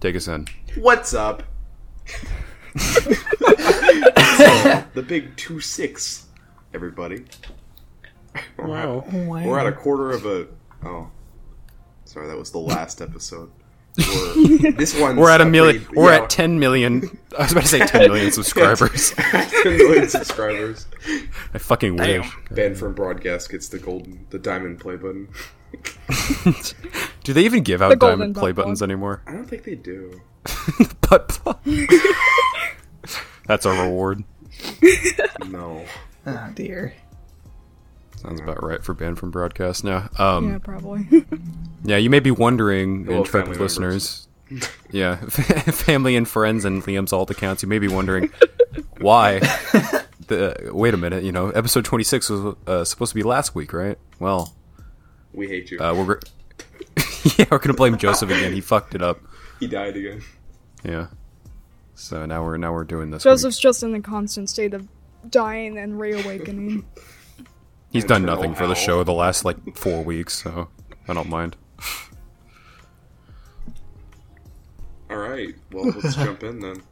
Take us in. What's up? So, the big two six, everybody. We're, at, we're at a quarter of a. Oh, sorry, that was the last episode. We're, this one's We're at a million. pretty- We're yeah, at ten million. I was about to say ten million subscribers. 10 million subscribers. I fucking wish. Ben from Broadcast gets the golden, the diamond play button. Do they even give out golden diamond play butt plug. buttons anymore? I don't think they do. Butt plug. That's our reward. No. Oh dear. Sounds about right for banned from broadcast now. Um, Yeah, probably. Yeah, you may be wondering, Hello, intrepid family members. listeners. yeah, family and friends and Liam's alt accounts. You may be wondering why. The, wait a minute, you know, episode 26 was uh, supposed to be last week, right? Well, We hate you. uh, we're yeah, we're gonna blame Joseph again. He fucked it up. he died again. Yeah. So now we're now we're doing this. week. Joseph's just in a constant state of dying and reawakening. He's done Internal nothing for the owl. show the last like four weeks, so I don't mind. All right. Well, let's jump in then.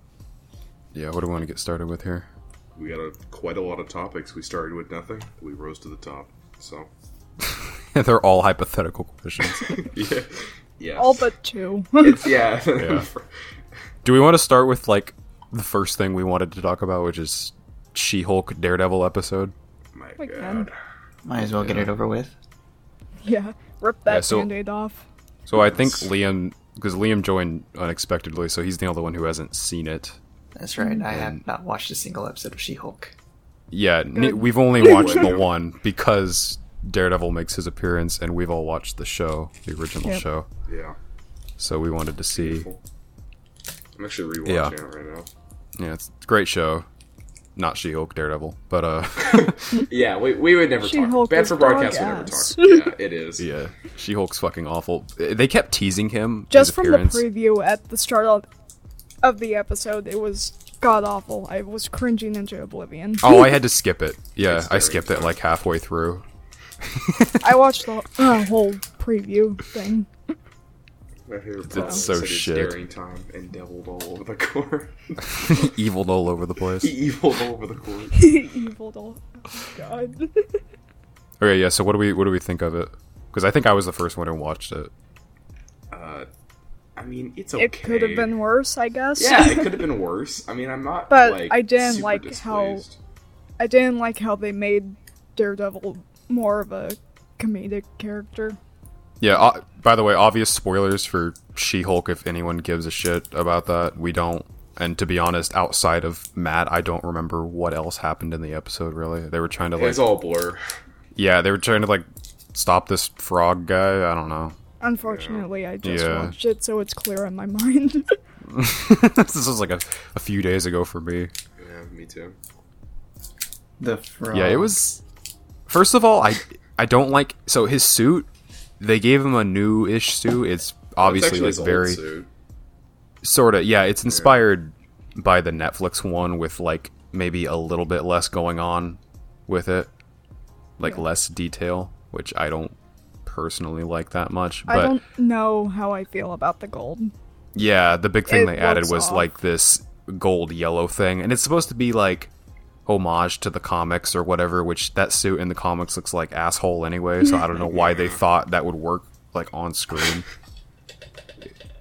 Yeah, what do we want to get started with here? We got a, quite a lot of topics. We started with nothing. We rose to the top. So They're all hypothetical questions. yeah, yeah, All but two. It's- yeah. Do we want to start with like the first thing we wanted to talk about, which is She-Hulk Daredevil episode? My We God. Might as well get it over with. yeah. Rip that Yeah, so- band-aid off. So I think Yes. Liam, because Liam joined unexpectedly, so he's the only one who hasn't seen it. That's right. I have not watched a single episode of She-Hulk. Yeah, n- we've only watched the Good. one because Daredevil makes his appearance, and we've all watched the show, the original Yep. show. Yeah. So we wanted to see. I'm actually rewatching Yeah. it right now. Yeah, it's a great show. Not She-Hulk, Daredevil, but uh, Yeah, we, we would never talk. She-Hulk Bad is for broadcast. We dog never ass. talk. Yeah, it is. yeah, She-Hulk's fucking awful. They kept teasing him. Just his from appearance. the preview at the start of, of the episode, it was god awful. I was cringing into oblivion. Oh, I had to skip it. Yeah, I very skipped it tough. like halfway through. I watched the uh, whole preview thing. My favorite part so is that shit. Daring Tom and deviled all over the court. Evil all over the place. he eviled all over the court. Evil doll. Oh, God. Okay, yeah. So what do we what do we think of it? Because I think I was the first one who watched it. Uh, I mean, it's okay. it could have been worse, I guess. Yeah, it could have been worse. I mean, I'm not. But like, I didn't super like how- displeased. I didn't like how they made Daredevil more of a comedic character. Yeah. Uh, by the way, obvious spoilers for She Hulk. If anyone gives a shit about that, we don't. And to be honest, outside of Matt, I don't remember what else happened in the episode. Really, they were trying to like, It's all blur. yeah, they were trying to like stop this frog guy. I don't know. Unfortunately, I just Yeah. watched it, so it's clear in my mind. this was like a, a few days ago for me. Yeah, me too. The frog. Um, Yeah, it was. First of all, I I don't like so his suit. They gave him a new-ish suit. It's obviously like It's actually very his old suit. sort of yeah. It's inspired by the Netflix one with like maybe a little bit less going on with it, like less detail, which I don't personally like that much. But I don't know how I feel about the gold. yeah, the big thing It they added looks was off. like this gold yellow thing, and it's supposed to be like homage to the comics or whatever. Which that suit in the comics looks like asshole anyway. So I don't know why they thought that would work like on screen.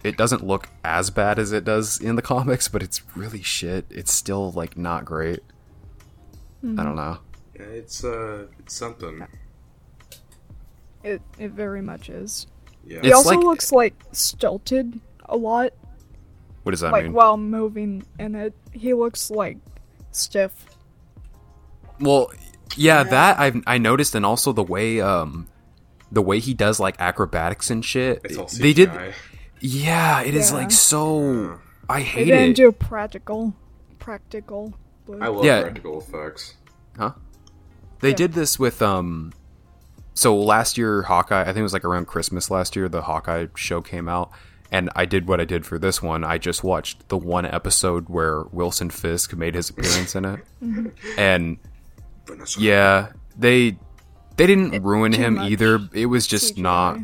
It doesn't look as bad as it does in the comics, but it's really shit. It's still like not great. I don't know. Yeah, It's uh, it's something. It it very much is. Yeah. He It's also like- looks like stilted a lot, What does that like mean? while moving in it. He looks like stiff. Well, yeah, that I've I noticed, and also the way um, the way he does like acrobatics and shit. It's all CGI. They did, yeah. It is Yeah. like so. I They hate didn't it. do practical, practical. But I love Yeah. practical effects. huh? They did this with um. So last year, Hawkeye. I think it was like around Christmas last year. The Hawkeye show came out, and I did what I did for this one. I just watched the one episode where Wilson Fisk made his appearance in it, and Vanessa. Yeah, they they didn't ruin him much either. It was just CGI. not.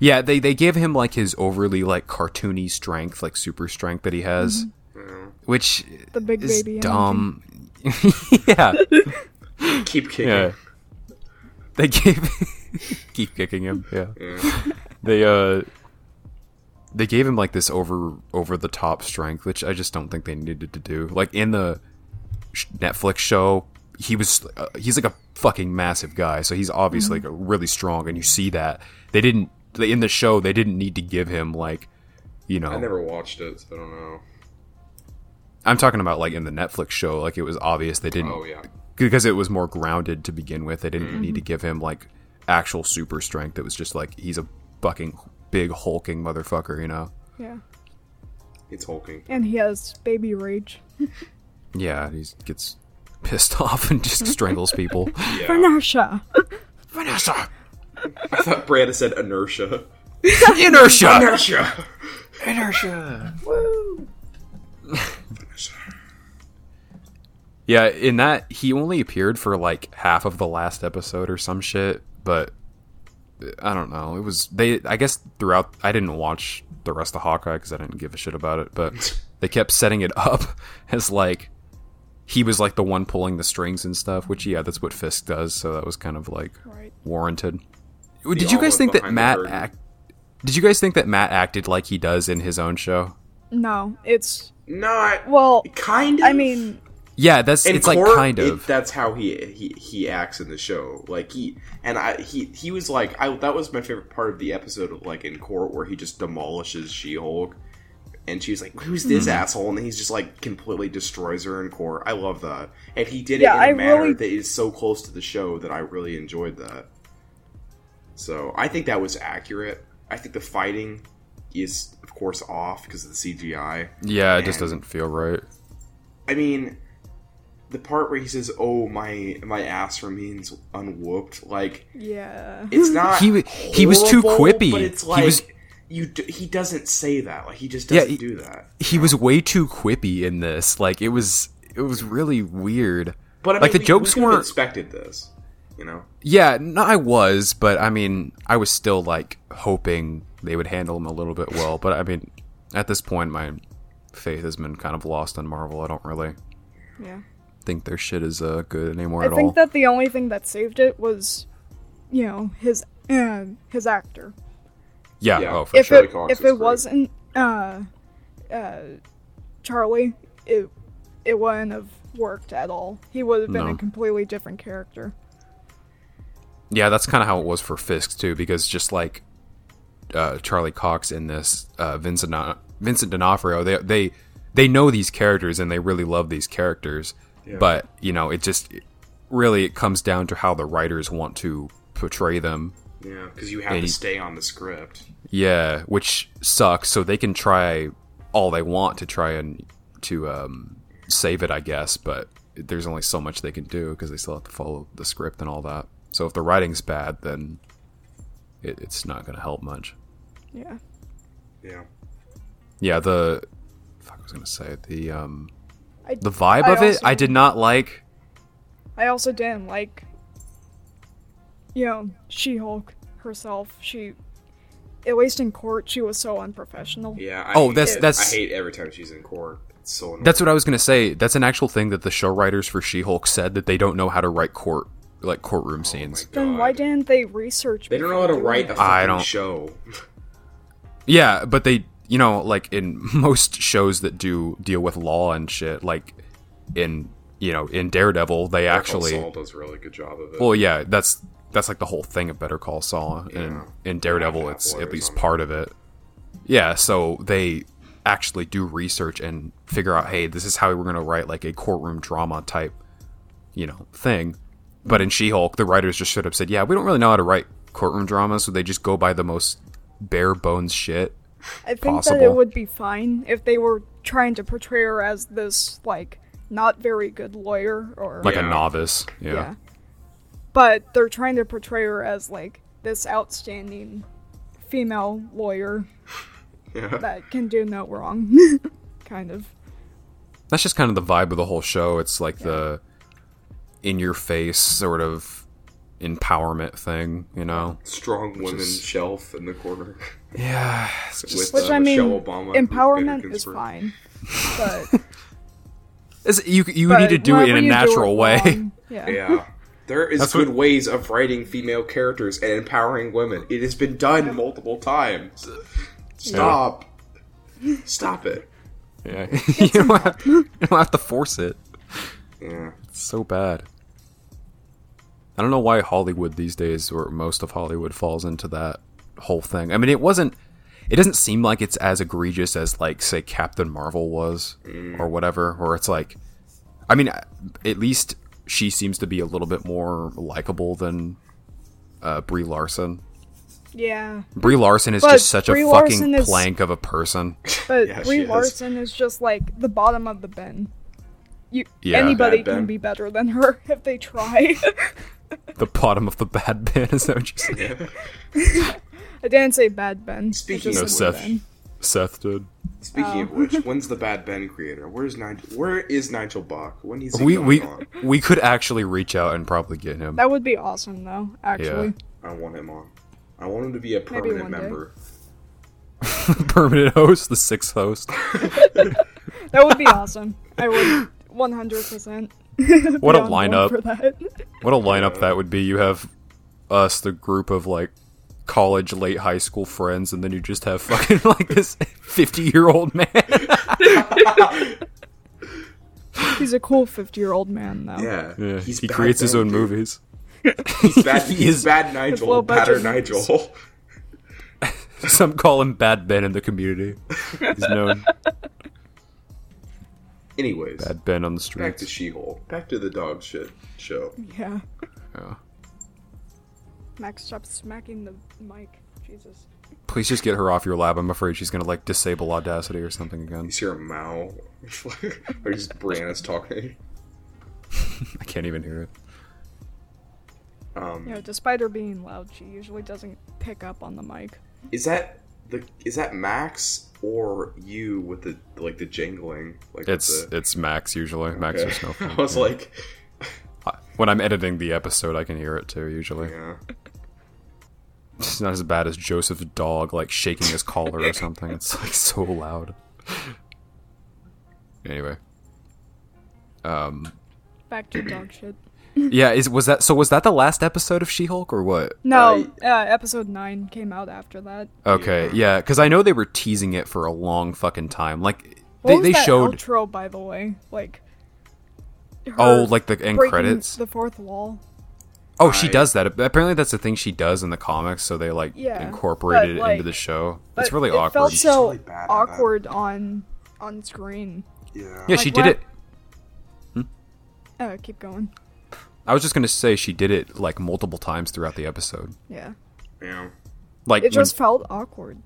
Yeah, they they give him like his overly like cartoony strength, like super strength that he has, Mm-hmm. which The big is baby energy. dumb. yeah, Keep kicking. yeah. They gave keep kicking him. Yeah, they uh they gave him like this over over the top strength, which I just don't think they needed to do. Like in the sh- Netflix show, he was uh, he's like a fucking massive guy, so he's obviously like really strong, and you see that they didn't they, in the show they didn't need to give him like you know I never watched it, so I don't know. I'm talking about like in the Netflix show, like it was obvious they didn't Oh yeah. because it was more grounded to begin with. They didn't need to give him like actual super strength. It was just like he's a fucking big hulking motherfucker, you know? Yeah. It's hulking. And he has baby rage. Yeah, he gets pissed off and just strangles people. Yeah. Vanessa. Vanessa, I thought Brad said inertia. inertia. Inertia. Inertia. Yeah, in that he only appeared for like half of the last episode or some shit, but I don't know. It was they. I guess throughout, I didn't watch the rest of Hawkeye because I didn't give a shit about it. But they kept setting it up as like he was like the one pulling the strings and stuff. Which yeah, that's what Fisk does. So that was kind of like Right. warranted. Did you guys olive think that behind the Matt curtain. act? Did you guys think that Matt acted like he does in his own show? No, it's Not well. kind of. I mean, Yeah, that's In it's like court, kind it- of. that's how he, he he acts in the show. Like he and I he he was like I that was my favorite part of the episode of like in court where he just demolishes She Hulk, and she's like, "Who's this Mm-hmm. asshole?" And he's just like completely destroys her in court. I love that, and he did Yeah, it in a I manner really- that is so close to the show that I really enjoyed that. So I think that was accurate. I think the fighting is of course off because of the CGI. yeah, it just man. doesn't feel right. I mean, the part where he says, "Oh, my my ass remains unwhooped," like yeah. it's not. He wa- he was too horrible, quippy. But it's He like was- you. d- He doesn't say that. Like he just Yeah, doesn't he- do that. he was way too quippy in this. Like it was it was really weird. But I like the mean, we- jokes we could've weren't expected this. You know, Yeah, no I was, but I mean I was still like hoping they would handle him a little bit well, but I mean at this point my faith has been kind of lost on Marvel. I don't really Yeah. think their shit is uh, good anymore I at all. think that the only thing that saved it was, you know, his uh, his actor. yeah, Yeah. oh for If sure. Charlie it Cox if is it great. wasn't uh, uh, Charlie, it it wouldn't have worked at all. He would have been No. a completely different character. Yeah, that's kind of how it was for Fisk too, because just like uh, Charlie Cox in this, uh, Vincent D'On- Vincent D'Onofrio, they they they know these characters and they really love these characters, but you know, it just really it comes down to how the writers want to portray them. yeah, because you have And to he- stay on the script. Yeah, which sucks. So they can try all they want to try and to um, save it, I guess, but there's only so much they can do because they still have to follow the script and all that. So if the writing's bad, then it, it's not going to help much. Yeah. Yeah, Yeah, the fuck I was going to say the um I- the vibe I of it also- I did not like. I also didn't like, you know, She Hulk herself. She, at least in court, she was so unprofessional. yeah. I Oh, hate that's- it. that's- I hate every time she's in court. It's so annoying. That's what I was going to say. That's an actual thing that the show writers for She-Hulk said that they don't know how to write court like courtroom scenes. Then God. why didn't they research? They don't know how to before write a doing fucking I don't- show. Yeah, but they, you know, like in most shows that do deal with law and shit, like in, you know, in Daredevil, they actually. Saul does a really good job of it. Well, yeah, that's that's like the whole thing of Better Call Saul, and Yeah. in Daredevil, Yeah, it's Apple at or least something. part of it. Yeah, so they actually do research and figure out, hey, this is how we're going to write like a courtroom drama type, you know, thing. But in She-Hulk, the writers just should have said, yeah, we don't really know how to write courtroom drama, so they just go by the most bare bones shit. I think that possible. it would be fine if they were trying to portray her as this like not very good lawyer or like Yeah. a novice. Yeah. yeah. But they're trying to portray her as like this outstanding female lawyer Yeah. that can do no wrong, kind Uh, of. That's just kind of the vibe of the whole show. It's like the in your face sort of empowerment thing, you know? Strong women is- shelf in the corner. Yeah, it's just With- Which uh, I mean, Michelle Obama and empowerment is Ginsburg. fine, but it's, you you but need to do it in whenever a you do natural it way. wrong- yeah. Yeah. There is That's good what- ways of writing female characters and empowering women. It has been done multiple times. Stop. Stop it. Yeah. you, don't have, you don't have to force it. Yeah. It's so bad. I don't know why Hollywood these days, or most of Hollywood, falls into that whole thing. I mean, it wasn't. It doesn't seem like it's as egregious as, like, say, Captain Marvel was, or whatever. Or it's like, I mean, at least she seems to be a little bit more likable than uh, Brie Larson. Yeah, Brie Larson is But just such Brie a Larson fucking is- plank of a person. but Yeah, she Brie is. Larson is just like the bottom of the bin. You, Yeah. anybody Bad bin. can be better than her if they try. The bottom of the bad bin is that what you said? I didn't say bad Ben. I Speaking just of said Seth. Ben. Seth did. Speaking Oh. of which, when's the Bad Ben creator? Where's Nigel? Where is Nigel Bach? When he's We we we could actually reach out and probably get him. that would be awesome though. Actually, I want him on. I want him to be a Maybe permanent one day. member. permanent host, the sixth host. that would be awesome. I would one hundred percent. What a lineup. for that. What a lineup that would be. You have us, the group of like college, late high school friends, and then you just have fucking like this 50 year old man. He's a cool fifty-year-old man though. Yeah. Yeah, He's he Bad creates his Ben, own dude. movies. He's bad, He he's is- bad low Nigel. budget Badder movies. Nigel. Some call him Bad Ben in the community. He's known Anyways, Bad Ben on the back to streets. She-Hulk. Back to the dog shit show. Yeah. Yeah. Max, stop smacking the mic. Jesus. Please just get her off your lap. I'm afraid she's gonna like disable Audacity or something again. You hear a Mao. or just Brianna's talking. I can't even hear it. Um, You know, despite her being loud, she usually doesn't pick up on the mic. Is that the is that Max or you with the like the jingling? Like with It's the, it's Max usually. Max or Okay. I Snowflake. was like, When I'm editing the episode, I can hear it too. Usually. yeah. It's not as bad as Joseph's dog, like shaking his collar or something. It's like so loud. Anyway, um, Back to dog shit. yeah, is was that so? Was that the last episode of She Hulk or what? No, uh, episode 9 came out after that. Okay, yeah, because I know they were teasing it for a long fucking time. Like What they, was they that showed, outro, by the way? Like. her oh, like the end breaking credits. The fourth wall. oh, she I- does that. Apparently, that's the thing she does in the comics. So they like Yeah, but, incorporated it like- into the show. It's But really it awkward. felt so really bad at that. awkward on on screen. Yeah. yeah, she like, did it. what- Uh, keep going. I was just gonna say she did it like multiple times throughout the episode. Yeah. Yeah. Like It when- just felt awkward.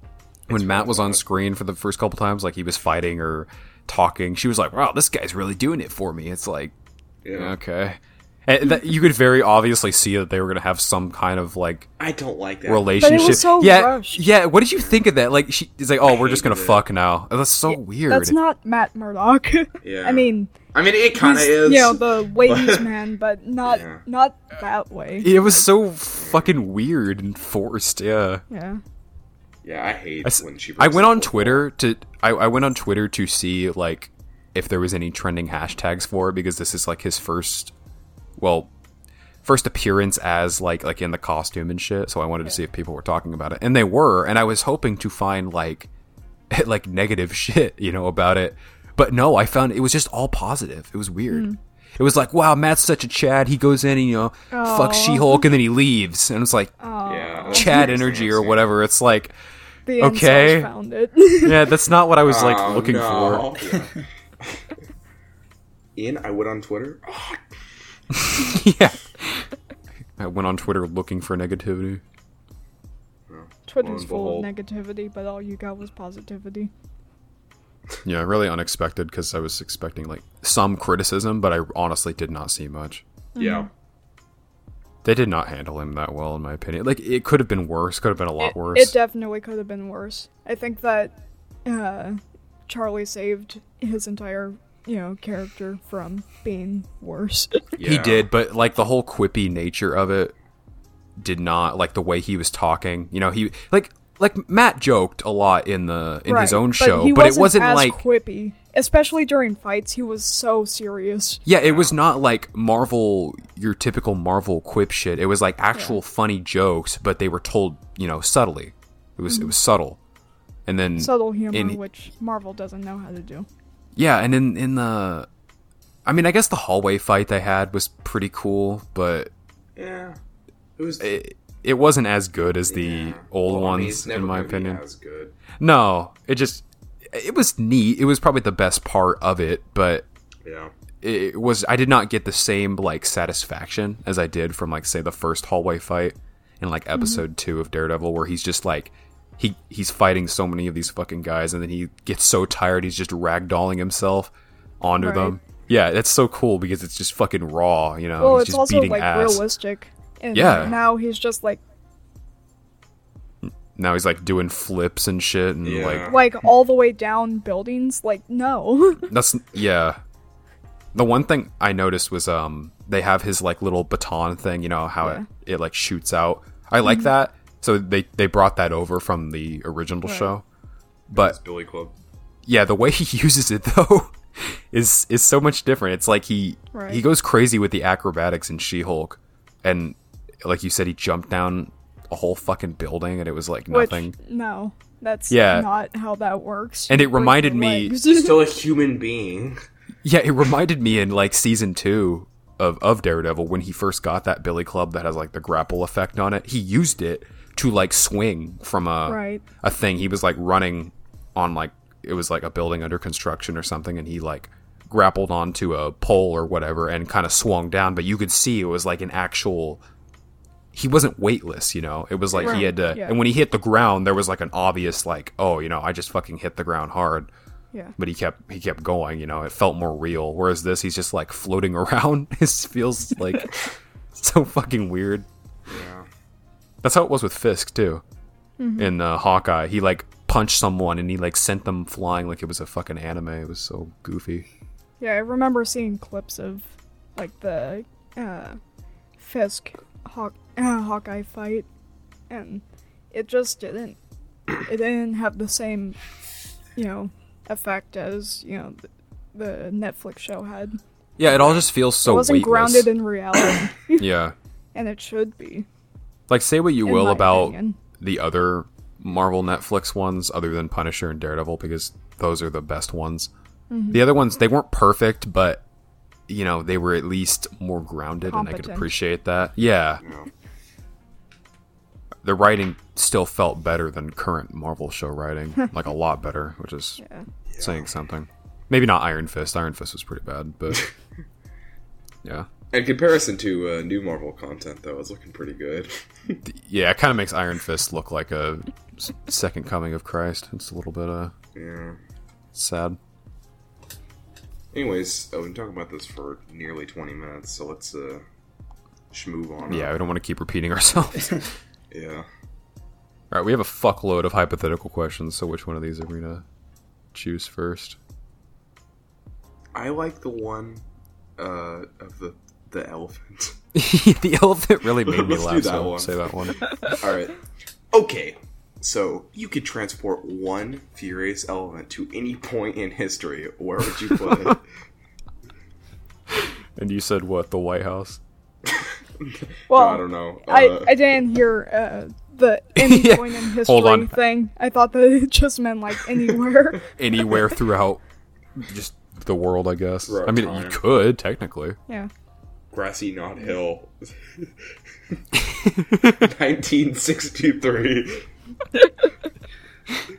when Matt was on screen for the first couple times, like he was fighting or talking, she was like, "Wow, this guy's really doing it for me." It's like, Yeah. okay, and that, you could very obviously see that they were gonna have some kind of like I don't like that. relationship. so yeah, rushed. yeah. What did you think of that? Like, she is like, "Oh, we're just gonna hated it. fuck now." That's so weird. That's not Matt Murdock. Yeah. I mean, I mean, it kind he's, of is. you know, the ladies' man, but not Yeah. not that way. it was so fucking weird and forced. Yeah. Yeah. yeah, I hate I s- when she. I breaks went up on with- Twitter to I, I went on Twitter to see like if there was any trending hashtags for it because this is like his first well first appearance as like like in the costume and shit so I wanted to see if people were talking about it and they were and I was hoping to find like like negative shit you know about it but no I found it was just all positive it was weird it was like wow Matt's such a Chad he goes in and you know fuck Aw. She Hulk and then he leaves and it's like Yeah. that's Chad interesting, energy or yeah. whatever it's like The Okay. incels found it. yeah, that's not what I was like Oh, looking no. for. Yeah. In, I went on Twitter. Mm-hmm. Oh, yeah. I went on Twitter looking for negativity. Twitter's full Lo of and negativity, but all you got was positivity. Yeah, really unexpected because I was expecting like some criticism, but I honestly did not see much. yeah. They did not handle him that well, in my opinion. Like it could have been worse. Could have been a lot It, worse. it definitely could have been worse. I think that uh, Charlie saved his entire, you know, character from being worse. He Yeah. did, but like the whole quippy nature of it did not like the way he was talking. You know, he like like Matt joked a lot in the in his own show, he but, it wasn't as like quippy, especially during fights. He was so serious. yeah, it was not like Marvel your typical Marvel quip shit. It was like actual funny jokes, but they were told you know subtly. It was it was subtle, and then Subtle humor, in- which Marvel doesn't know how to do. Yeah, and in in the, I mean, I guess the hallway fight they had was pretty cool, but Yeah. It was it, it wasn't as good as the Yeah. old Well, I mean, it's ones, never in my gonna be opinion. As good. No, it just it was neat. It was probably the best part of it, but Yeah. it was I did not get the same like satisfaction as I did from like say the first hallway fight in like Mm-hmm. episode 2 of Daredevil where he's just like he he's fighting so many of these fucking guys and then he gets so tired he's just ragdolling himself onto Right. them. Yeah, that's so cool because it's just fucking raw, you know. well, Oh, he's it's just also beating like ass. realistic. And Yeah. Now he's just like Now he's like doing flips and shit and Yeah. like like all the way down buildings. Like no. That's yeah. The one thing I noticed was um they have his like little baton thing, you know how it, it like shoots out. I Mm-hmm. like that. So they they brought that over from the original show. It's But Billy Club. yeah, the way he uses it though is is so much different. It's like he Right. he goes crazy with the acrobatics in She-Hulk and like you said he jumped down a whole fucking building and it was like nothing. Which no, that's Yeah. not how that works. And it Break your reminded me- legs. Still a human being. Yeah, it reminded me in like season two of, of Daredevil when he first got that Billy Club that has like the grapple effect on it. He used it to like swing from a Right. a thing. He was like running on like it was like a building under construction or something, and he like grappled onto a pole or whatever and kind of swung down. But you could see it was like an actual. He wasn't weightless, you know. It was like he Right, had to, yeah. and when he hit the ground, there was like an obvious like, oh, you know, I just fucking hit the ground hard yeah. but he kept he kept going you know it felt more real whereas this he's just like floating around it feels like so fucking weird Yeah. that's how it was with fisk too in uh, hawkeye he like punched someone and he like sent them flying like it was a fucking anime it was so goofy Yeah, I remember seeing clips of like the uh, Fisk Hawk uh, Hawkeye fight, and it just didn't it didn't have the same you know effect as you know the, the Netflix show had. yeah it all just feels so it Oh, wasn't weightless. grounded in reality, yeah and it should be. like say what you in will my about opinion. the other Marvel Netflix ones other than Punisher and Daredevil because those are the best ones. Mm-hmm. The other ones they weren't perfect, but you know they were at least more grounded, and I could Competent. appreciate that. Yeah, No. the writing still felt better than current Marvel show writing, like a lot better, which is Yeah. saying something. Maybe not Iron Fist. Iron Fist was pretty bad, but yeah, In comparison to uh, new Marvel content, though, it's looking pretty good. yeah, it kind of makes Iron Fist look like a s- second coming of Christ. It's a little bit uh yeah. sad. Anyways, I've been talking about this for nearly 20 minutes, so let's uh, sh- move on. Yeah, we don't want to keep repeating ourselves. All Yeah. right, we have a fuckload of hypothetical questions. So which one of these are we gonna choose first? I like the one uh, of the the elephant. the elephant really made me Let's do laugh. that So one. Say that one. All right. Okay. So you could transport one furious elephant to any point in history. Where would you put it? And you said what? The White House? Well, I don't know. I, Uh, I didn't hear uh, the any Yeah. point in Hold on. history thing. I thought that it just meant like anywhere. Anywhere throughout just the world, I guess. Throughout I mean, you time. could technically. yeah. grassy knot hill. 1963.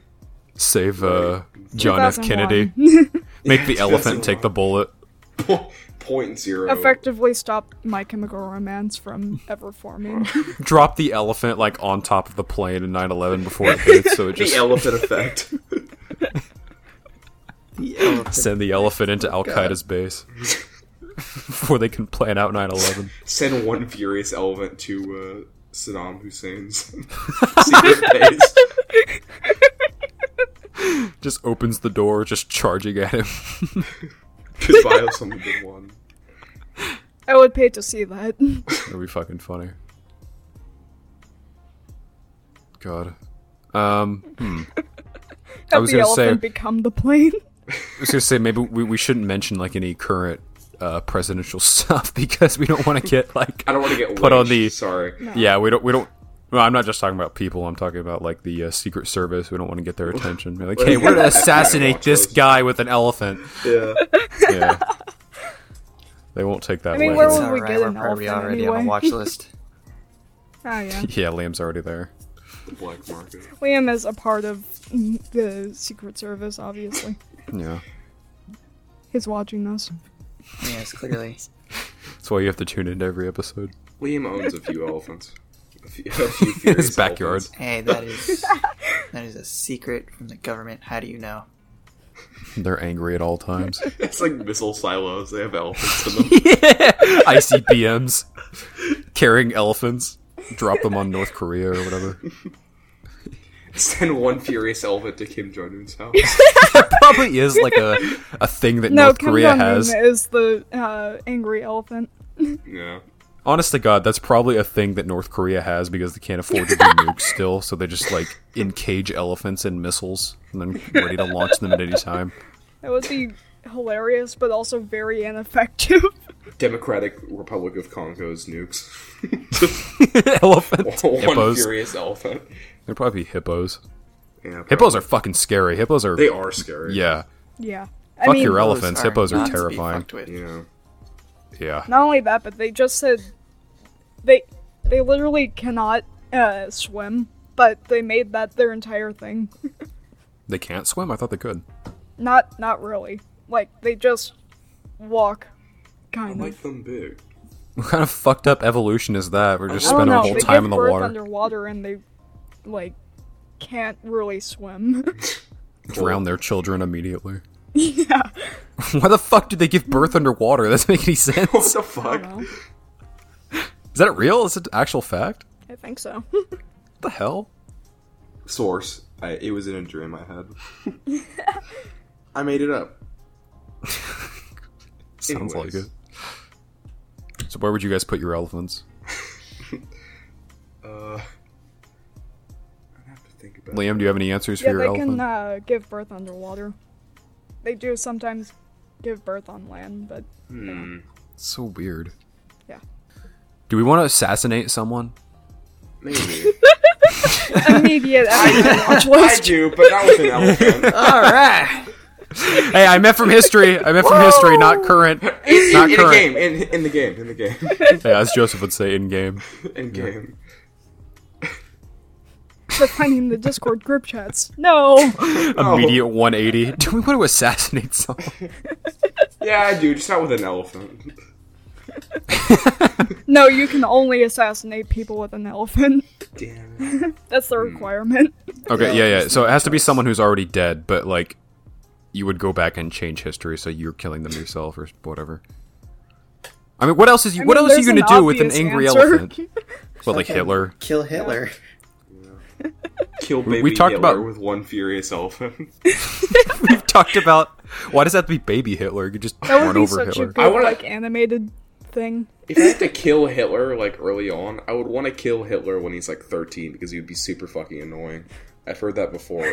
Save uh, John F. Kennedy. 2001. Make the elephant 2001. take the bullet. Po- Point zero. effectively stopped My Chemical Romance from ever forming. Drop the elephant like on top of the plane in 9/11 before it hits, so it The just elephant effect. The elephant. send the elephant into Oh, Al Qaeda's base before they can plan out 9/11. Send one furious elephant to uh, Saddam Hussein's secret base. just opens the door, just charging at him. Goodbye, Osama bin Laden. I would pay to see that. That'd be fucking funny. God. Um, hmm. I Have was the gonna say- elephant become the plane? I was gonna say maybe we, we shouldn't mention like any current uh, presidential stuff because we don't want to get like I don't want to get Put on wedged, the- Sorry. yeah we don't we don't. Well, I'm not just talking about people. I'm talking about like the uh, Secret Service. We don't want to get their attention. Be like, hey, we're gonna assassinate this guy with an elephant. Yeah. Yeah, they won't take that. I mean, way. where It's would we alright, get we're an probably elephant already on anyway? a watch list. Ah, yeah. Yeah, Liam's already there. The black market. Liam is a part of the Secret Service, obviously. Yeah, He's watching us. Yes, clearly. that's why you have to tune into every episode. Liam owns a few elephants. A few, a few In furious his backyard. elephants. Hey, that is that is a secret from the government. How do you know? They're angry at all times. It's like missile silos. They have elephants in them. ICBMs carrying elephants, drop them on North Korea or whatever. Send one furious elephant to Kim Jong Un's house. probably is like a, a thing that No, North Kim Korea Jong has. Un is the uh, angry elephant. yeah. Honest to God, that's probably a thing that North Korea has because they can't afford to do nukes still, so they just like encage elephants in missiles and then ready to launch them at any time. That would be hilarious, but also very ineffective. Democratic Republic of Congo's nukes. elephant one hippos. furious elephant. They're probably hippos. Yeah, Hippos are fucking scary. Hippos are They are scary. yeah. yeah. I Fuck mean, your elephants. Hippos are not to be terrifying. fucked with. Yeah. Yeah. not only that, but they just said they they literally cannot uh, swim, but they made that their entire thing. They can't swim. I thought they could. Not not really. Like they just walk, I kind like of. them big. What kind of fucked up evolution is that? We're just I spending don't know. our whole they time give in the birth water. underwater, and they like can't really swim. Drown their children immediately. yeah. Why the fuck did they give birth underwater? That doesn't make any sense. What Is the fuck? I don't know. that real? Is it actual fact? I think so. What the hell? Source. I, it was in a dream I had. I made it up. Sounds Anyways. like it. So where would you guys put your elephants? Uh, I have to think about it. Liam, do you have any answers yeah, for your they elephant? can uh, give birth underwater. They do sometimes give birth on land, but Hmm. so weird. Yeah. Do we want to assassinate someone? Maybe. immediate after watch I list. do, but not with an elephant. All right. Hey, I meant from history. I meant from history, not current. Not in the current. game. In, in the game. In the game. Yeah, as Joseph would say in game. In game. for finding the Discord group chats. No, Immediate 180. Do we want to assassinate someone? Yeah, I do. Just not with an elephant. no, you can only assassinate people with an elephant. Damn. it. That's Hmm. the requirement. Okay, yeah, yeah. So it has to be someone who's already dead, but like you would go back and change history, so you're killing them yourself or whatever. I mean, what else is you? I what mean, else are you there's going to do with an obvious angry answer. elephant? What, like Fucking Hitler? Kill Hitler. Kill baby we talked Hitler about- with one furious elephant. We've talked about why does that have to be baby Hitler? You could just That run would be over such Hitler. a good I wanna- like animated thing. if I had to kill Hitler like early on, I would want to kill Hitler when he's like 13 because he would be super fucking annoying. I've heard that before.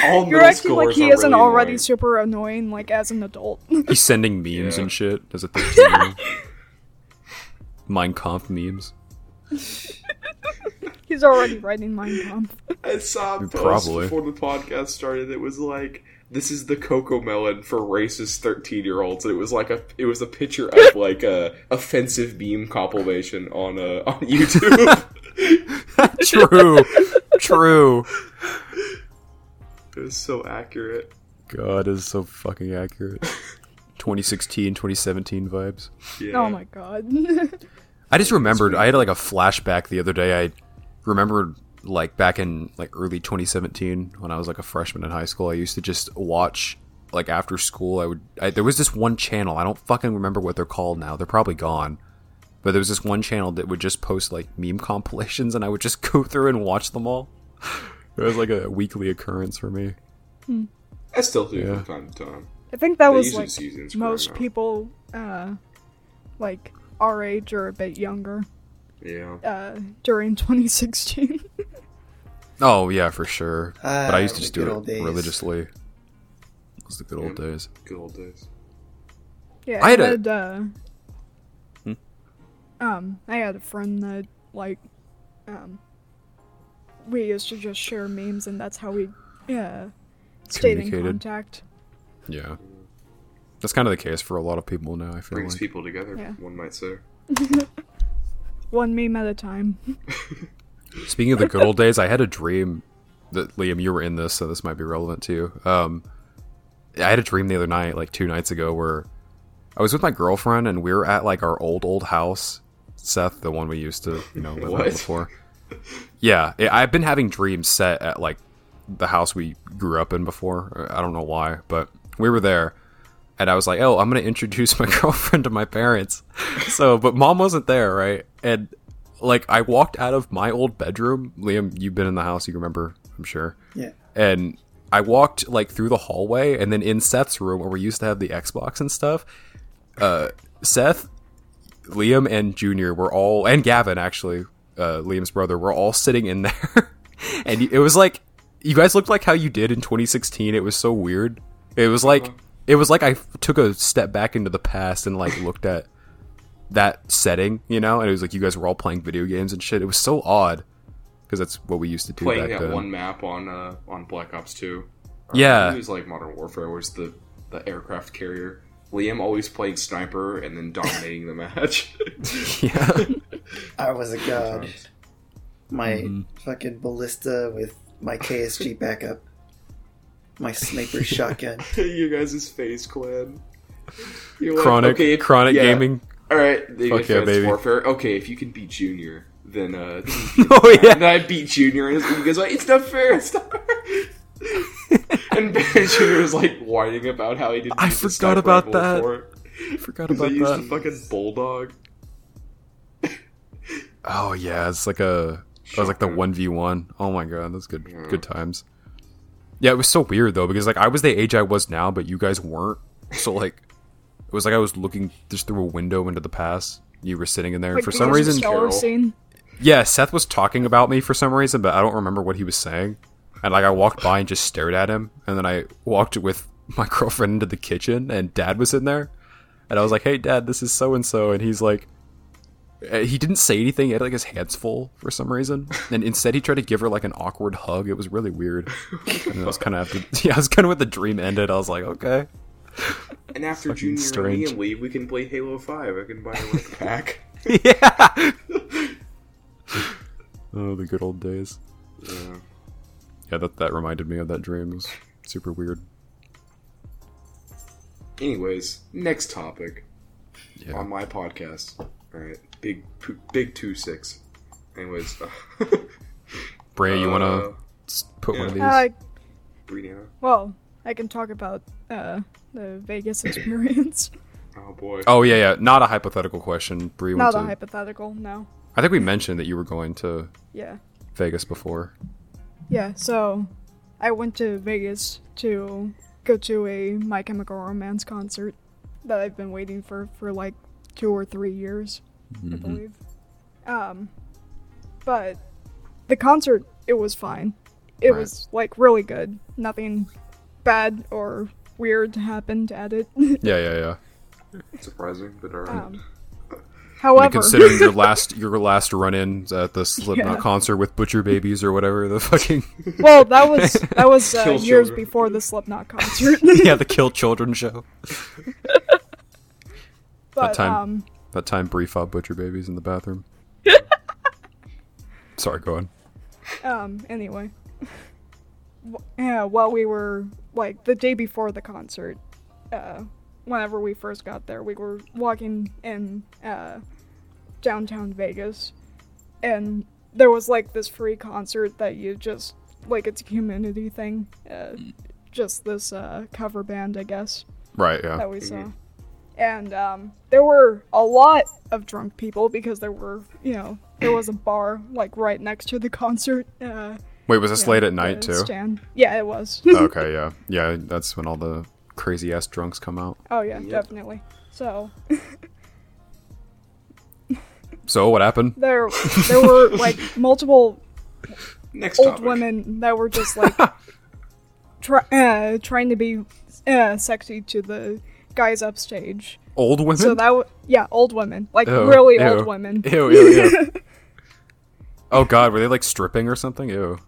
All You're middle acting like schoolers he are isn't really already annoying. super annoying, like as an adult. He's sending memes Yeah. and shit as a 13 Mein Kampf memes. He's already writing Mein Kampf. I saw a post Probably. before the podcast started that was like, "This is the cocoa melon for racist thirteen-year-olds." And it was like a, it was a picture of like a offensive meme compilation on uh, on YouTube. True, true. it was so accurate. God is so fucking accurate. 2016, 2017 vibes. Yeah. Oh my god. Wait, I just remembered. I had like a flashback the other day. I remembered like back in like early 2017 when I was like a freshman in high school. I used to just watch like after school. I would. I, there was this one channel. I don't fucking remember what they're called now. They're probably gone. But there was this one channel that would just post like meme compilations, and I would just go through and watch them all. It was like a weekly occurrence for me. I still do Yeah. from time to time. I think that They was usually like see these growing most up. people, uh, like our age or a bit younger. Yeah. uh, during 2016. Oh yeah, for sure. but I used to Ah, just the do good it old days. religiously. It was the good old Yeah. days. Good old days. yeah, I had a- had, uh, Hmm? um, I had a friend that like, um, we used to just share memes, and that's how we uh, stayed in Communicated. contact. Yeah. That's kind of the case for a lot of people now. I feel Brings like. people together, Yeah. one might say. One meme at a time. Speaking of the good old days, I had a dream that Liam, you were in this, so this might be relevant to you. Um, I had a dream the other night, like two nights ago, where I was with my girlfriend and we were at like our old old house, Seth, the one we used to, you know, live What? at before. Yeah, I- I've been having dreams set at like the house we grew up in before. I don't know why, but we were there. And I was like, oh, I'm going to introduce my girlfriend to my parents. So, but mom wasn't there, right? And like, I walked out of my old bedroom. Liam, you've been in the house, you remember, I'm sure. Yeah. And I walked like through the hallway and then in Seth's room where we used to have the Xbox and stuff. Uh, Seth, Liam, and Junior were all, and Gavin actually, uh, Liam's brother, were all sitting in there. and it was like, you guys looked like how you did in 2016. It was so weird. It was Uh-huh. like, it was like I took a step back into the past and like looked at that setting, you know? And it was like you guys were all playing video games and shit. It was so odd because that's what we used to do Playing back that then. one map on uh, on Black Ops 2. Yeah. It was like Modern Warfare was the, the aircraft carrier. Liam always playing sniper and then dominating the match. yeah. I was a god. My Mm-hmm. fucking ballista with my KSG backup, my sniper shotgun. you guys' face clan. You're like, chronic okay, chronic yeah. gaming. All right, the Fuck yeah, Advanced baby. Warfare. Okay, if you can beat Junior, then uh, Oh and I beat Junior, and you guys are like, it's not fair, it's not fair. and Junior was like whining about how he didn't. I use the forgot sniper about rifle that. before, I forgot 'cause about they used a that. fucking bulldog. Oh yeah, it's like a it was like the one v one. Oh my god, that's good good times. Yeah, it was so weird though because like I was the age I was now, but you guys weren't. So like it was like I was looking just through a window into the past. You were sitting in there Like for some because of the reason. shower Carol. scene. Yeah, Seth was talking about me for some reason, but I don't remember what he was saying. And like I walked by and just stared at him, and then I walked with my girlfriend into the kitchen, and Dad was in there, and I was like, "Hey, Dad, this is so and so," and he's like, uh, he didn't say anything. He had like his hands full for some reason, and instead he tried to give her like an awkward hug. It was really weird. And I was kind of after, yeah, I was kind of when the dream ended. I was like, okay, And after Junior strange. and Liam leave, we can play Halo Five. I can buy a like, pack. yeah. oh, the good old days. Yeah. Yeah, that that reminded me of that dream. It was super weird. Anyways, next topic Yeah. on my podcast. All right, big big two six. Anyways, Bray, you want Uh, to put one of these? Uh, Brianna. well, I can talk about uh, the Vegas experience. Oh boy. oh yeah, yeah. Not a hypothetical question, Bree. Not Went to, a hypothetical, no. I think we mentioned that you were going to Yeah. Vegas before. Yeah, so I went to Vegas to go to a My Chemical Romance concert that I've been waiting for for like two or three years, I believe. Um, but the concert, it was fine. It Right. was like really good. Nothing bad or weird happened at it. Yeah, yeah, yeah. Surprising, but alright. um, I mean, however, considering your last your last run in at the Slipknot Yeah. concert with Butcher Babies or whatever the fucking well, that was that was uh, Kill years children. before the Slipknot concert. yeah the Kill Children show. but time- um, That time Bree fought Butcher Babies in the bathroom. Sorry, go on. um anyway Wh- yeah while we were like the day before the concert uh whenever we first got there we were walking in uh downtown vegas and there was like this free concert that you just like it's a community thing uh just this uh cover band i guess Right, yeah. that we saw and um there were a lot of drunk people because there were you know there was a bar like right next to the concert uh Wait, was this yeah, late at night the too? stand. Yeah, it was. okay, yeah, yeah. That's when all the crazy ass drunks come out. oh yeah, Yep. definitely. So So what happened? There, there were like multiple Next old topic. women that were just like try, uh, trying to be uh, sexy to the guys upstage. Old women. So that w- yeah, old women, like Ew, really ew. old women. Ew, ew, ew. oh god, were they like stripping or something? Ew.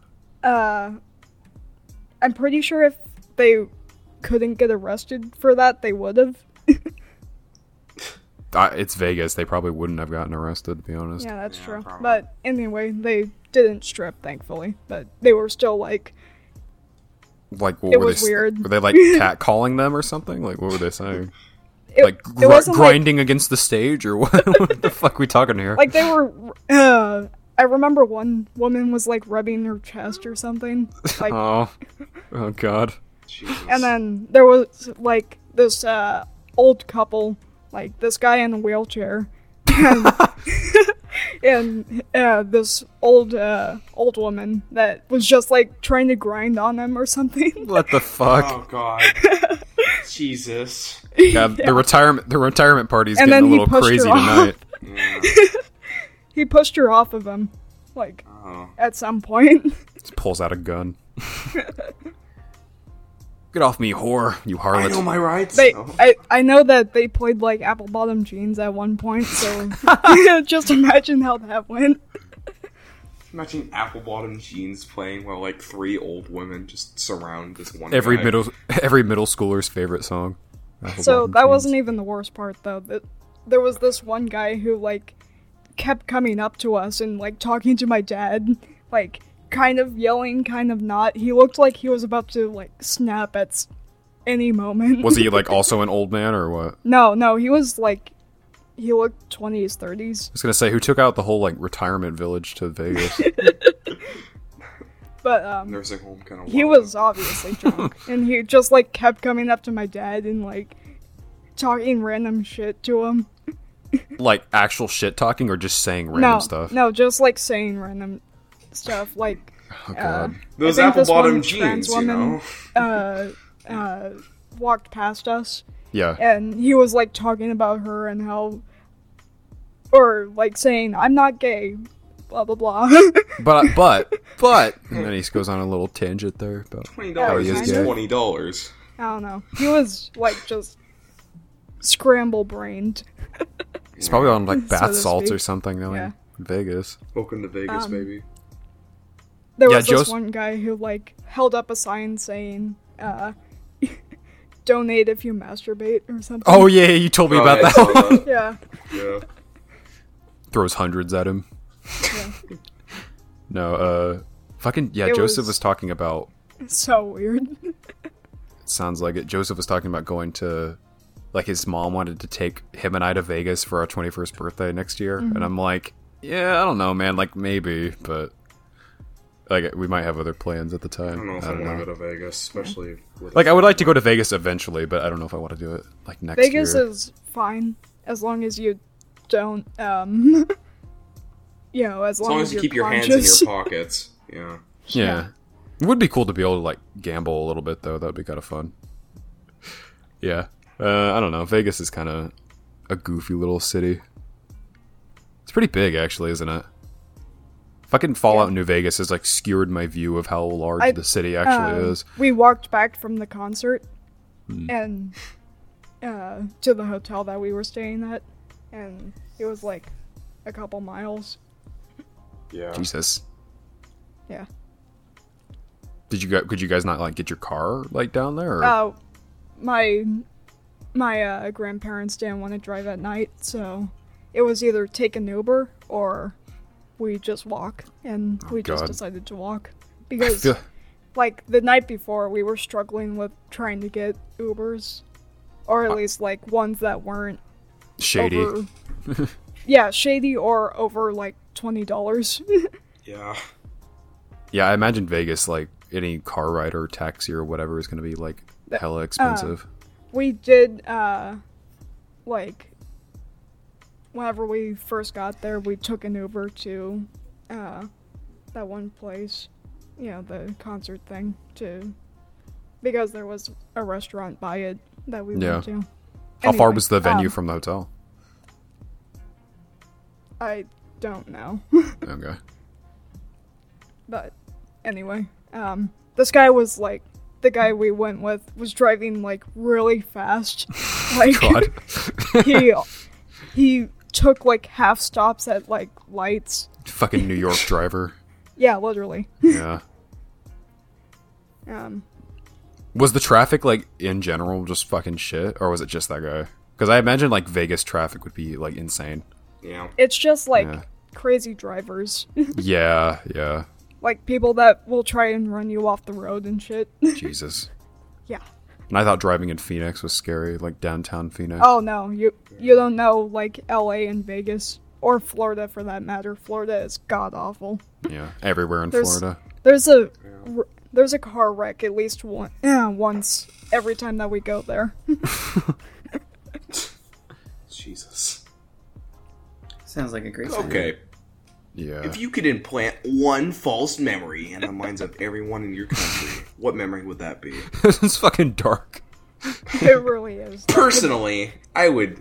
Uh, I'm pretty sure if they couldn't get arrested for that, they would have. Uh, it's Vegas. They probably wouldn't have gotten arrested, to be honest. Yeah, that's true. probably. But anyway, they didn't strip, thankfully. But they were still like, Like, what It were was they? s- weird. Were they like catcalling them or something? Like, what were they saying? it, Like it gr- wasn't like- grinding against the stage or what? what the fuck we talking here? like they were uh i remember one woman was like rubbing her chest or something like oh, oh god. Jesus. and then there was like this uh old couple like this guy in a wheelchair and, and uh, this old uh old woman that was just like trying to grind on him or something What the fuck? Oh god. Jesus. Yeah, the retirement the retirement party's And getting a then he little pushed crazy her tonight. off. Yeah. he pushed her off of him like Oh. at some point Just pulls out a gun. Get off me, whore! You I know harlot. my rights. They, Oh. I, I know that they played like apple bottom jeans at one point, so just imagine how that went. Imagine apple bottom jeans playing while like three old women just surround this one. Every guy. middle every middle schooler's favorite song. Apple So Bottom that Jeans. wasn't even the worst part though. That there was this one guy who like kept coming up to us and like talking to my dad, like kind of yelling, kind of not. He looked like he was about to like snap at s- any moment. Was he like also an old man or what? I No, no, he was like he looked 20s, 30s. was gonna say who took out the whole like retirement village to Vegas. But um nursing home kind of. he was obviously drunk and he just like kept coming up to my dad and like talking random shit to him like actual shit talking or just saying random no uh, stuff? no just like saying random stuff like Oh, uh, God. Those I think apple this one bottom jeans, trans you woman- know. uh uh walked past us yeah. and he was like talking about her and how or like saying i'm not gay blah blah blah But uh, but but and then he goes on a little tangent there. But Twenty Oh, dollars he is is gay. twenty dollars. i don't know he was like just scramble brained he's probably on like So bath to salts or speak. something now Yeah. in Vegas. Welcome to Vegas, Um, baby. there Yeah, was Joe's- this one guy who like held up a sign saying uh donate if you masturbate or something Oh yeah, you told me Oh, about yeah, I that. saw One. that. yeah Yeah. Throws hundreds at him. no, uh, fucking yeah. It Joseph was... was- talking about. so weird Sounds like it. Joseph was talking about going to, like, his mom wanted to take him and I to Vegas for our twenty-first birthday next year, and I'm like, yeah, I don't know, man. Like maybe, but like we might have other plans at the time. I don't know if I want to go to Vegas, especially with Like I would like to go to Vegas eventually, but I don't know if I want to do it like next vegas year. is fine as long as you don't um you know as, as long as you keep your hands in your pockets. Yeah. yeah. It would be cool to be able to like gamble a little bit though. That would be kind of fun. Yeah. Uh, I don't know. Vegas is kind of a goofy little city. It's pretty big actually, isn't it? Fucking Fallout New Vegas has like skewered my view of how large I- the city actually Um, is. we walked back from the concert Hmm. and uh to the hotel that we were staying at and it was like a couple miles Yeah. Jesus. yeah Did you guys, could you guys not like get your car like down there? Or? Uh, my my uh, grandparents didn't want to drive at night, so it was either take an Uber or we just walk, and Oh, we just God. decided to walk I because feel- like the night before we were struggling with trying to get Ubers, or at least like ones that weren't Uh, shady. over. yeah, shady or over like twenty dollars. Yeah. Yeah, I imagine Vegas, like any car ride or taxi or whatever, is going to be like uh, hella expensive. we did uh like whenever we first got there we took an uber to uh that one place you know the concert thing to because there was a restaurant by it that we Yeah. went to How far um, Anyway, was the venue um, from the hotel? I don't know. Okay. But anyway, um, this guy was like, the guy we went with was driving like really fast. Like God. he he took like half stops at like lights. Fucking New York driver. Yeah, literally. Yeah. Um, Was the traffic like in general just fucking shit, or was it just that guy? Because I imagine like Vegas traffic would be like insane. Yeah. it's just like Yeah. crazy drivers, Yeah, yeah. like people that will try and run you off the road and shit. Jesus. yeah. And I thought driving in Phoenix was scary, like downtown Phoenix. Oh no, you you don't know like L.A. and Vegas or Florida for that matter. Florida is god awful. Yeah, everywhere in There's- Florida. There's a r- there's a car wreck at least one eh, once every time that we go there. Jesus. Sounds like a great time. Okay. Yeah. If you could implant one false memory in the minds of everyone in your country, what memory would that be? it's fucking dark. it really is. Personally, I would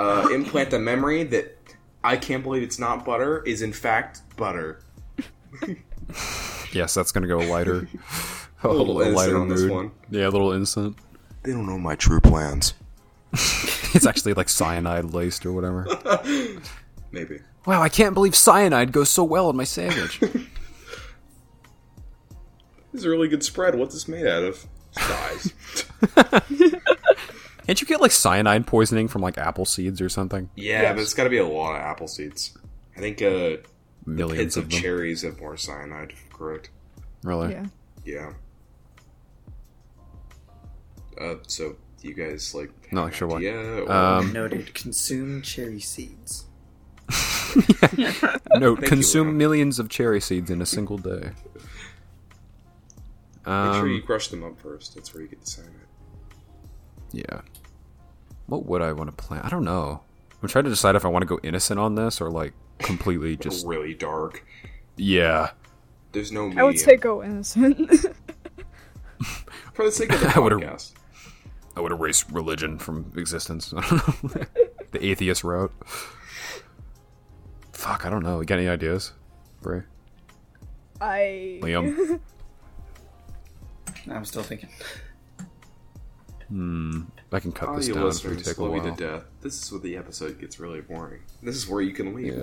uh, implant the memory that I can't believe it's not butter is in fact butter. Yes, that's gonna go lighter. a little a innocent on this one. Yeah, a little innocent. They don't know my true plans. It's actually like cyanide laced or whatever. Maybe. wow, I can't believe cyanide goes so well on my sandwich. This is a really good spread. What's this made out of? Dyes. Can't you get like cyanide poisoning from like apple seeds or something? yeah, but it's got to be a lot of apple seeds. I think uh, Millions heads of of them. cherries have more cyanide. if Correct. really? Yeah. Yeah. Uh, so you guys like have No, an sure what. idea, or- Um, Noted. Consume cherry seeds. no, you, consume Will. millions of cherry seeds in a single day. make sure Um, you crush them up first. That's where you get the cyanide. Yeah. What would I want to plan? I don't know. I'm trying to decide if I want to go innocent on this or like completely It's just really dark. yeah. There's no. Medium. I would say go innocent. for the sake of the I would've- podcast. I would erase religion from existence. I don't know. the atheist route. Fuck, I don't know. You got any ideas? Bray? I Liam? I'm still thinking. I can cut All this you down if we listeners, take a love you to while. death. This is where the episode gets really boring. This is where you can leave.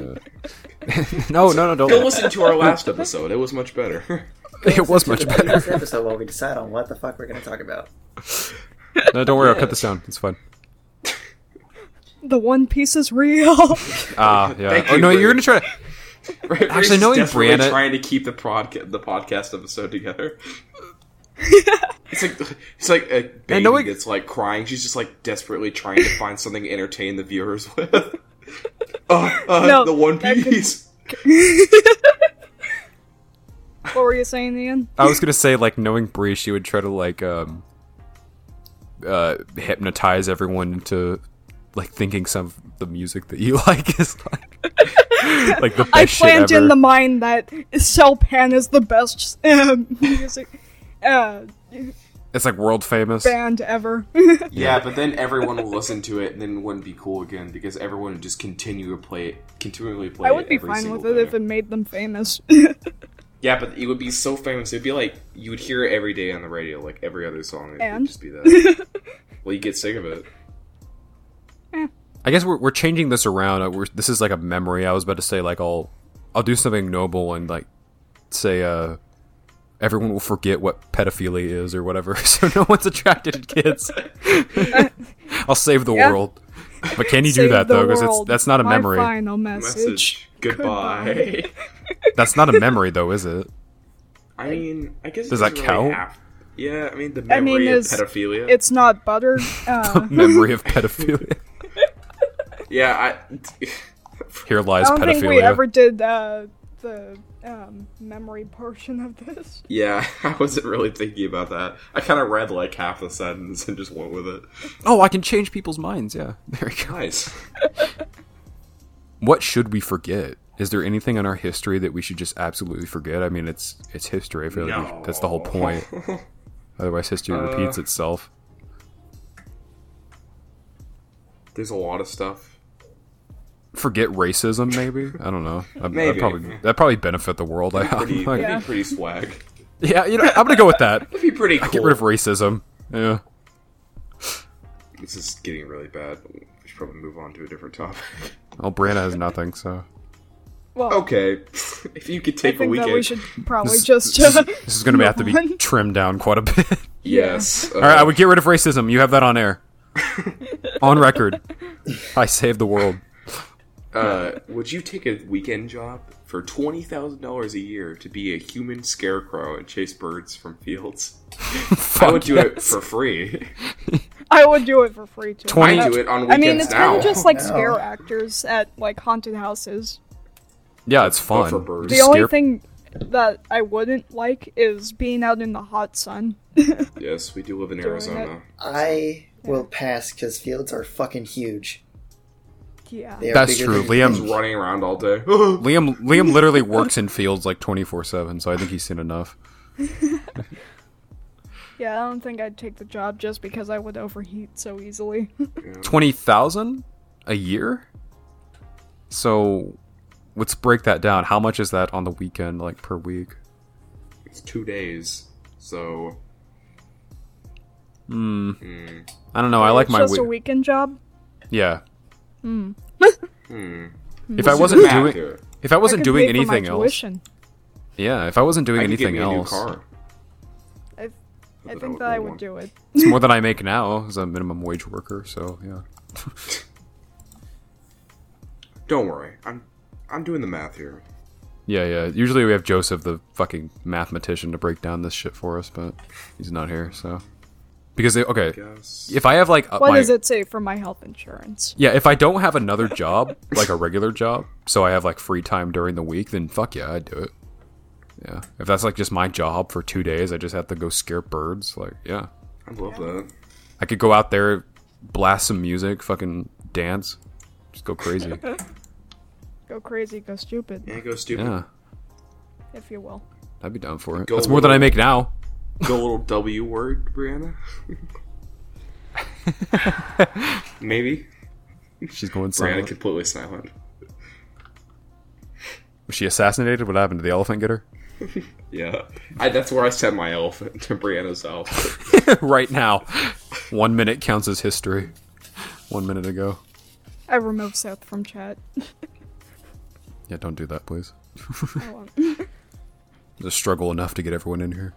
no, no, no, Go don't. listen to our last episode. It was much better. it was much It'll be better. This episode while we decide on what the fuck we're going to talk about. No, don't worry, I'll cut this down. It's fine. the One Piece is real. Ah, yeah. Thank oh you, no, Bray. you're gonna try to. Right, Actually, Reese knowing is desperately Brianna- trying to keep the podca- the podcast episode together. it's like it's like a baby knowing- that's like crying. She's just like desperately trying to find something to entertain the viewers with. uh, uh, No, the One that could- Piece. what were you saying, Ian? I was gonna say like knowing Bree, she would try to like um uh hypnotize everyone into like thinking some of the music that you like is like like the best I shit plant ever. in the mind that Cell Pan is the best um, music uh, It's like world famous. band ever. Yeah, but then everyone will listen to it, and then it wouldn't be cool again because everyone would just continue to play it, continually play. I would it be every fine single with it day. if it made them famous. Yeah, but it would be so famous. It'd be like you would hear it every day on the radio, like every other song. It And? would just be that. well, you get sick of it. I guess we're we're changing this around. Uh, We're, this is like a memory. I was about to say like I'll I'll do something noble and like say uh everyone will forget what pedophilia is or whatever, so no one's attracted to kids. I'll save the Yeah. world. But can you do Save that the though? Because world. that's not a My memory. final message. Message. Goodbye. That's not a memory though, is it? I mean, I guess it Does that doesn't count? Really have- yeah, I mean the I mean, memory of it's- pedophilia. It's not butter. Uh, Memory of pedophilia. yeah, I, Here lies I don't pedophilia. think we ever did uh, the um, memory portion of this. yeah, I wasn't really thinking about that. I kind of read like half the sentence and just went with it. Oh, I can change people's minds. Yeah, there you go. Nice. What should we forget? Is there anything in our history that we should just absolutely forget? I mean, it's it's history. I feel like we- that's the whole point. Otherwise, history Uh. repeats itself. There's a lot of stuff. forget racism. Maybe I don't know. I, That'd Maybe. probably that probably benefit the world. I Pretty, like, that'd yeah. be pretty swag. you know, I'm gonna go with that. That'd be pretty Get cool. rid of racism. Yeah. this is getting really bad. We should probably move on to a different topic. Well, Brianna has nothing, so Well, Okay, if you could I take a think that weekend, we should probably this, just. this, Uh, is- this is gonna be, have to move be on. trimmed down quite a bit. yes. All right, I would get rid of racism. You have that on air, on record. I saved the world. Uh, would you take a weekend job for twenty thousand dollars a year to be a human scarecrow and chase birds from fields? I would do it for free. I would do it for free too. 20 I do it on I weekends mean, it's now. kind of just like Oh, No. scare actors at like haunted houses. Yeah, it's fun. for birds. The Just only scare- thing that I wouldn't like is being out in the hot sun. yes, we do live in Doing Arizona. I will pass because fields are fucking huge. Yeah. They are That's true. bigger than- Just Liam running around all day. Liam Liam literally works in fields like 24/7, so I think he's seen enough. Yeah, I don't think I'd take the job just because I would overheat so easily. 20,000 a year? So let's break that down. How much is that on the weekend like per week? it's two days, so Hmm. I don't know. I like It's my just week. a weekend job. yeah. hmm. If I wasn't Math doing here. if I wasn't could doing pay for my anything else. tuition. Yeah, if I wasn't doing I could get anything me else. a new car. I, I that think would that I be would one. do it. It's more than I make now as a minimum wage worker, so yeah. Don't worry, I'm I'm doing the math here. Yeah, yeah. Usually we have Joseph, the fucking mathematician, to break down this shit for us, but he's not here, so. Because, they, okay, Yes. if I have like. uh, What my- does it say for my health insurance? Yeah, if I don't have another job, like a regular job, so I have like free time during the week, then fuck yeah, I'd do it. Yeah. If that's like just my job for two days, I just have to go scare birds. Like, yeah. I love that. I could go out there, blast some music, fucking dance, just go crazy. Go crazy, go stupid, Yeah, go stupid. yeah. if you will. I'd be down for it. Go that's more than I little- make now. Go little W word, Brianna. Maybe. She's going Brianna silent. completely silent. Was she assassinated? What happened to the elephant getter? Yeah. I, that's where I sent my elephant to Brianna's elf. right now. One minute counts as history. One minute ago. I removed Seth from chat. Yeah, don't do that, please. I won't. It's a struggle enough to get everyone in here.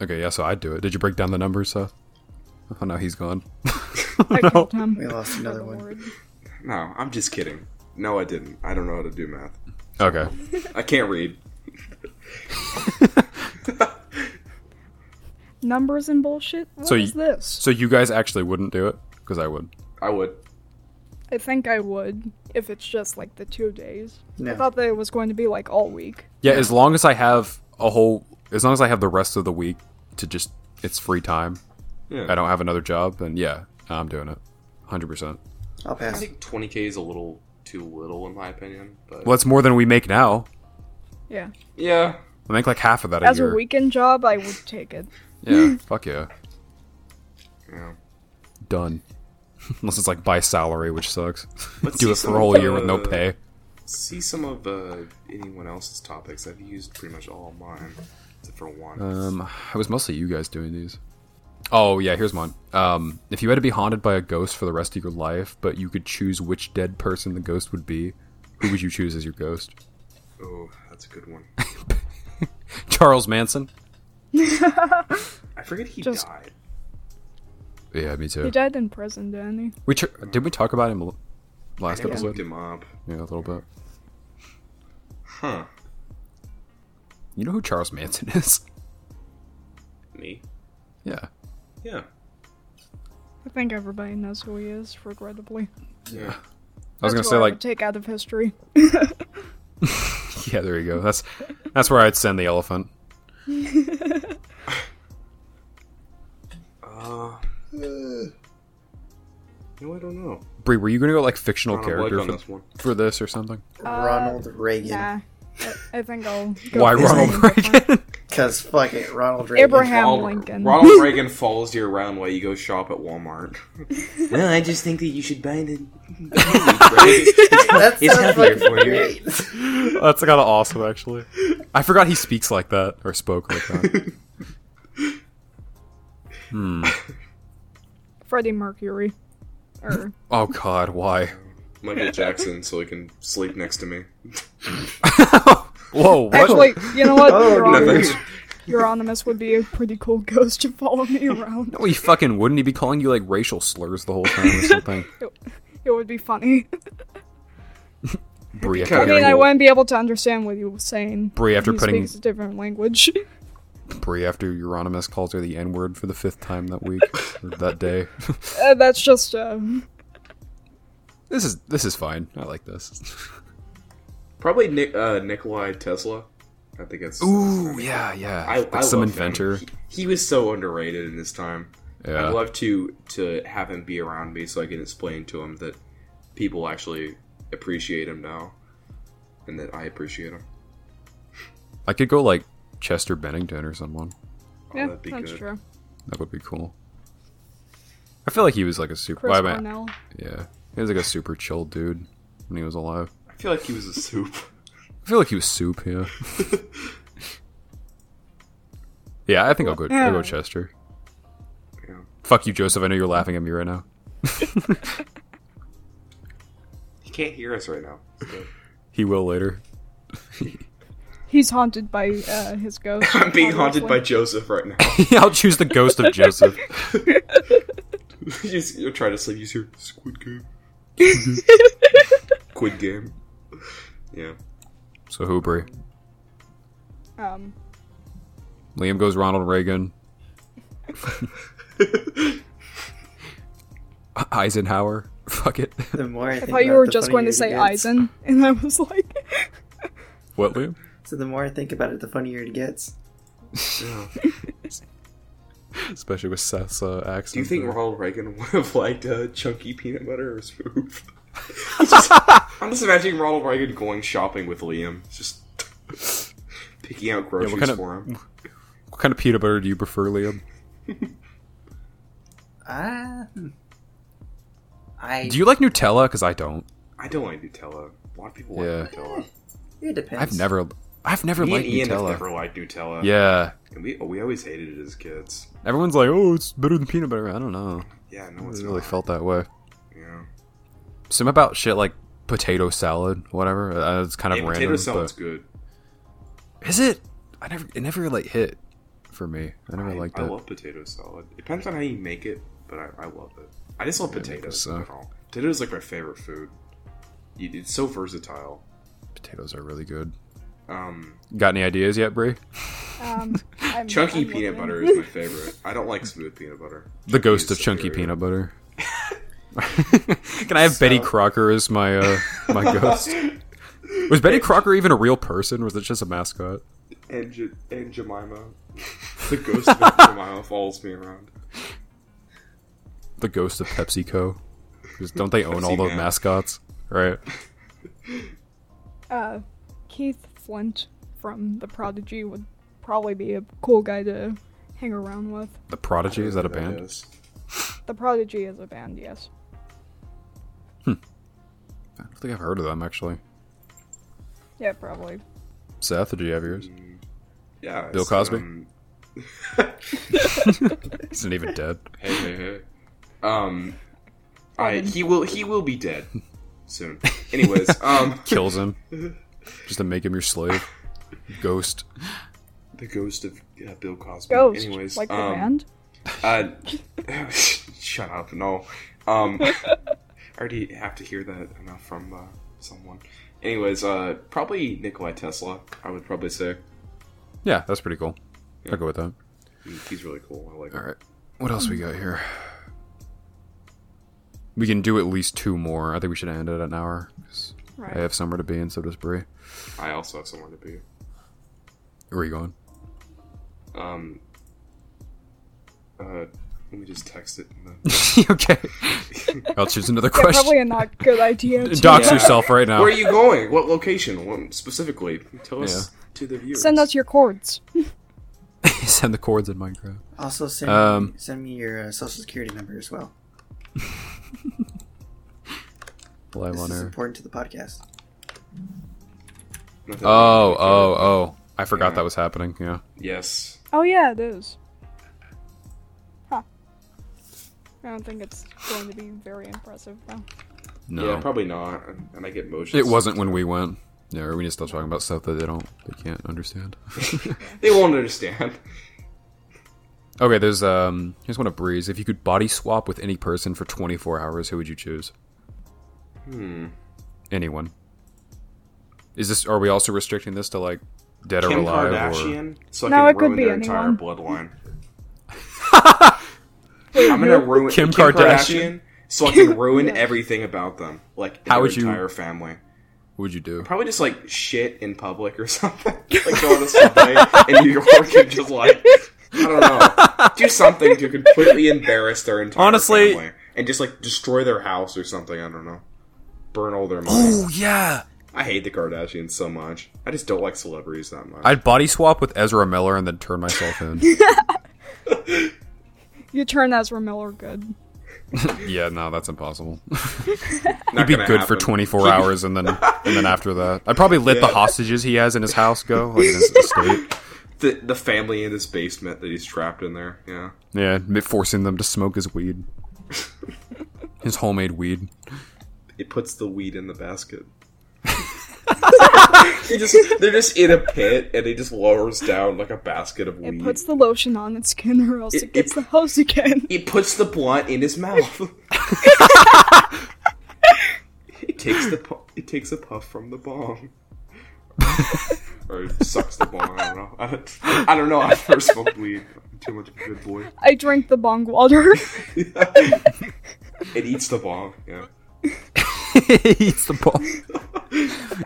okay, yeah, so I'd do it. Did you break down the numbers, Seth? Oh, no, he's gone. I killed him. We lost Another another one. word. No, I'm just kidding. No, I didn't. I don't know how to do math. Okay. I can't read. Numbers and bullshit. What is So you- this? So you guys actually wouldn't do it? Because I would. I would. I think I would if it's just like the two days. I No. thought that it was going to be like all week. Yeah, as long as I have a whole. As long as I have the rest of the week to just. It's free time. Yeah. I don't have another job, then yeah, I'm doing it. 100%. I'll I pass. think 20k is a little too little, in my opinion. But Well, that's more than we make now. Yeah. yeah, I make like half of that a As year. a weekend job, I would take it. Yeah, fuck yeah. yeah. Done. Unless it's like by salary, which sucks. Let's do see it for some a whole of year with no the- pay. See some of uh, anyone else's topics. I've used pretty much all of mine, except for one. Um, it was mostly you guys doing these. Oh yeah, here's mine. Um, if you had to be haunted by a ghost for the rest of your life, but you could choose which dead person the ghost would be, who would you choose as your ghost? oh, that's a good one. Charles Manson. I forget he Just- died. Yeah, me He too. died in prison, didn't he? We tr- did we talk about him l- I last never episode? looked him up. Yeah, a little bit. Huh? You know who Charles Manson is? Me? Yeah. Yeah. I think everybody knows who he is, regrettably. Yeah. I was gonna That's say who I like would take out of history. yeah, there you go. That's that's where I'd send the elephant. Uh, no, I don't know. Bree, were you gonna go like fictional Drawn a blank character on for, this one. for this or something? Ronald Reagan. uh, Nah, I, I think I'll. Go Why for Ronald something different. Reagan? Because fuck it, Ronald Reagan. Abraham Ronald- Lincoln. Ronald Reagan follows you around while you go shop at Walmart. well, I just think that you should buy the. That It's sounds healthier fucking for you. great. That's kind of awesome, actually. I forgot he speaks like that or spoke like that. hmm. Freddie Mercury. Or Oh God, why? Michael Jackson, so he can sleep next to me. Whoa, what? actually, you know what? Oh, Euron- Nothing. Euronymous would be a pretty cool ghost to follow me around. no, he fucking wouldn't. He be calling you like racial slurs the whole time or something. It would be funny. Brie, after I I mean, getting, I wouldn't be able to understand what he was saying. Bree, after he putting- speaks a different language. Brie after Euronymous calls her the N word for the fifth time that week or that day. Uh, that's just um, Oh, this is this is fine. I like this. Probably Nick, uh, Nikolai Tesla. I think that's. Ooh, yeah, yeah. I, like I some love inventor. Him. He, he was so underrated in his time. Yeah. I'd love to to have him be around me so I can explain to him that people actually appreciate him now, and that I appreciate him. I could go like Chester Bennington or someone. Oh, yeah, that'd be that's good. true. That would be cool. I feel like he was like a super. Chris well, I mean, Cornell. yeah, he was like a super chill dude when he was alive. I feel like he was a soup. I feel like he was soup. Yeah. yeah, I think I'll go. I'll go Yeah. Chester. Yeah. Fuck you, Joseph. I know you're laughing at me right now. He can't hear us right now. so- He will later. He's haunted by uh, his ghost. I'm being haunted obviously. by Joseph right now. I'll choose the ghost of Joseph. He's- You're trying to sleep. You hear Squid Game. Squid Game. Yeah. So who, Brie? Um, Liam goes Ronald Reagan. Eisenhower. Fuck it. The more I, I think thought you about it, were the just going funnier to say it gets. Eisen, and I was like, What, Liam? So the more I think about it, the funnier it gets. yeah. Especially with Seth's uh, accent. Do you think Ronald Reagan would have liked uh, chunky peanut butter or spoon? I'm just imagining Ronald Reagan going shopping with Liam, just picking out Yeah, groceries what, kind of, for him. what kind of peanut butter do you prefer, Liam? Ah. I. Do you like Nutella? Because I don't. I don't like Nutella. A lot of people Yeah. like Nutella. It depends. I've never, I've never Me and liked Ian have Nutella. never liked Nutella. Yeah, And we, we always hated it as kids. everyone's like, "Oh, it's better than peanut butter." I don't know. Yeah, I no one's really not. felt that way. Yeah. Some about shit like potato salad, whatever. Uh, it's kind of Hey, random. potato salad's but- good. Is it? I never, it never like hit for me. I never I, liked I it. love potato salad. Depends on how you make it, but I, I love it. I just love Yeah, I guess potatoes. so. in general. Potatoes are like my favorite food. You- It's so versatile. Potatoes are really good. Um, Got any ideas yet, Brie? um, I'm, chunky I'm peanut looking. butter is my favorite. I don't like smooth peanut butter. The ghost is of chunky superior. peanut butter. Can I have Betty So- Crocker as my uh, my ghost? Was Betty Crocker even a real person? Or was it just a mascot? And, Je- and Jemima, the ghost of Aunt Jemima follows me around. The ghost of PepsiCo? 'Cause don't they own all Pepsi those Man. mascots? Right. Uh, Keith Flint from The Prodigy would probably be a cool guy to hang around with. The Prodigy is that a band? is. The Prodigy is a band, yes. I don't think I've heard of them actually. Yeah, probably. Seth, did you have yours? Yeah. Bill it's, Cosby? um, Isn't even dead. hey, hey, hey. Um, I, Robin. he will he will be dead soon. Anyways, um, Kills him just to make him your slave. Ghost. the ghost of uh, Bill Cosby. Ghost, Anyways, like the um, band. Uh, shut up. No. Um, I already have to hear that enough from uh, someone. Anyways, uh, probably Nikolai Tesla. I would probably say Yeah, that's pretty cool. I'll go with that. He- he's really cool. I like All him. right. What else we got here? We can do at least two more. I think we should end it at an hour. 'cause Right. I have somewhere to be, and so does Brie. I also have someone to be. Where are you going? Um, uh, let me just text it. And then... okay. I'll choose another Yeah, probably question. a not good idea. to- uh, Dox Yeah. yourself right now. Where are you going? What location? What, specifically, tell us to the viewers. Send us your chords. send the cords in Minecraft. Also, send Um, me, send me your uh, social security number as well. Live This on is air. important to the podcast. Not that Oh, we- oh, oh! I forgot Yeah. that was happening. Yeah. Yes. Oh yeah, it is. Huh. I don't think it's going to be very impressive though. No. Yeah, probably not. And- And I get motions. it wasn't when we went. Yeah, we need to stop talking about stuff that they don't, they can't understand. They won't understand. okay, there's um, here's one of Breeze. If you could body swap with any person for 24 hours, who would you choose? Hmm. Anyone. Is this? Are we also restricting this to like dead or Kim alive? Or... Kardashian, so I No, can it could ruin be their entire anyone. bloodline. I'm gonna ruin Kim Kim, Kardashian? Kardashian, so I can ruin everything about them, like How their would you- entire family. What would you do? Probably just like shit in public or something, like go on the subway in New York and just like I don't know, do something to completely embarrass their entire Honestly- family and just like destroy their house or something. I don't know, burn all their money. Oh yeah. I hate the Kardashians so much. I just don't like celebrities that much. I'd body swap with Ezra Miller and then turn myself in. You turn Ezra Miller good. yeah, no, that's impossible. Not be gonna good for happen. 24 hours and then and then after that i probably let the Yeah. hostages he has in his house go like in his estate the the family in his basement that he's trapped in there. Yeah. yeah m- forcing them to smoke his weed his homemade weed It puts the weed in the basket. He just, they're just in a pit and he just lowers down like a basket of It weed. puts the lotion on its skin, or else It- it, gets the house again. He puts the blunt in his mouth. it takes the pu- it takes a puff from the bong. or sucks the bong. I don't know. I don't, I don't know. I've never smoked weed. I'm too much of a good boy. I drink the bong water. It eats the bong. Yeah. it eats the ball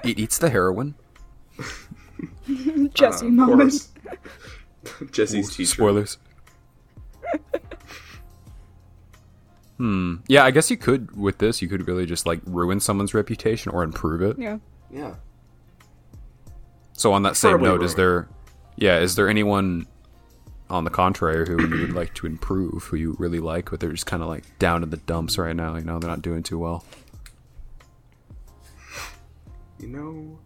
it eats the heroin Jesse Uh, Of moment. course. Jesse's teacher. spoilers hmm yeah i guess you could with this you could really just like ruin someone's reputation or improve it Yeah. Yeah. So on that same Preferably note, is ruined. there, yeah, is there anyone on the contrary who you would like to improve, who you really like, but they're just kind of like down in the dumps right now? You know, they're not doing too well. You know.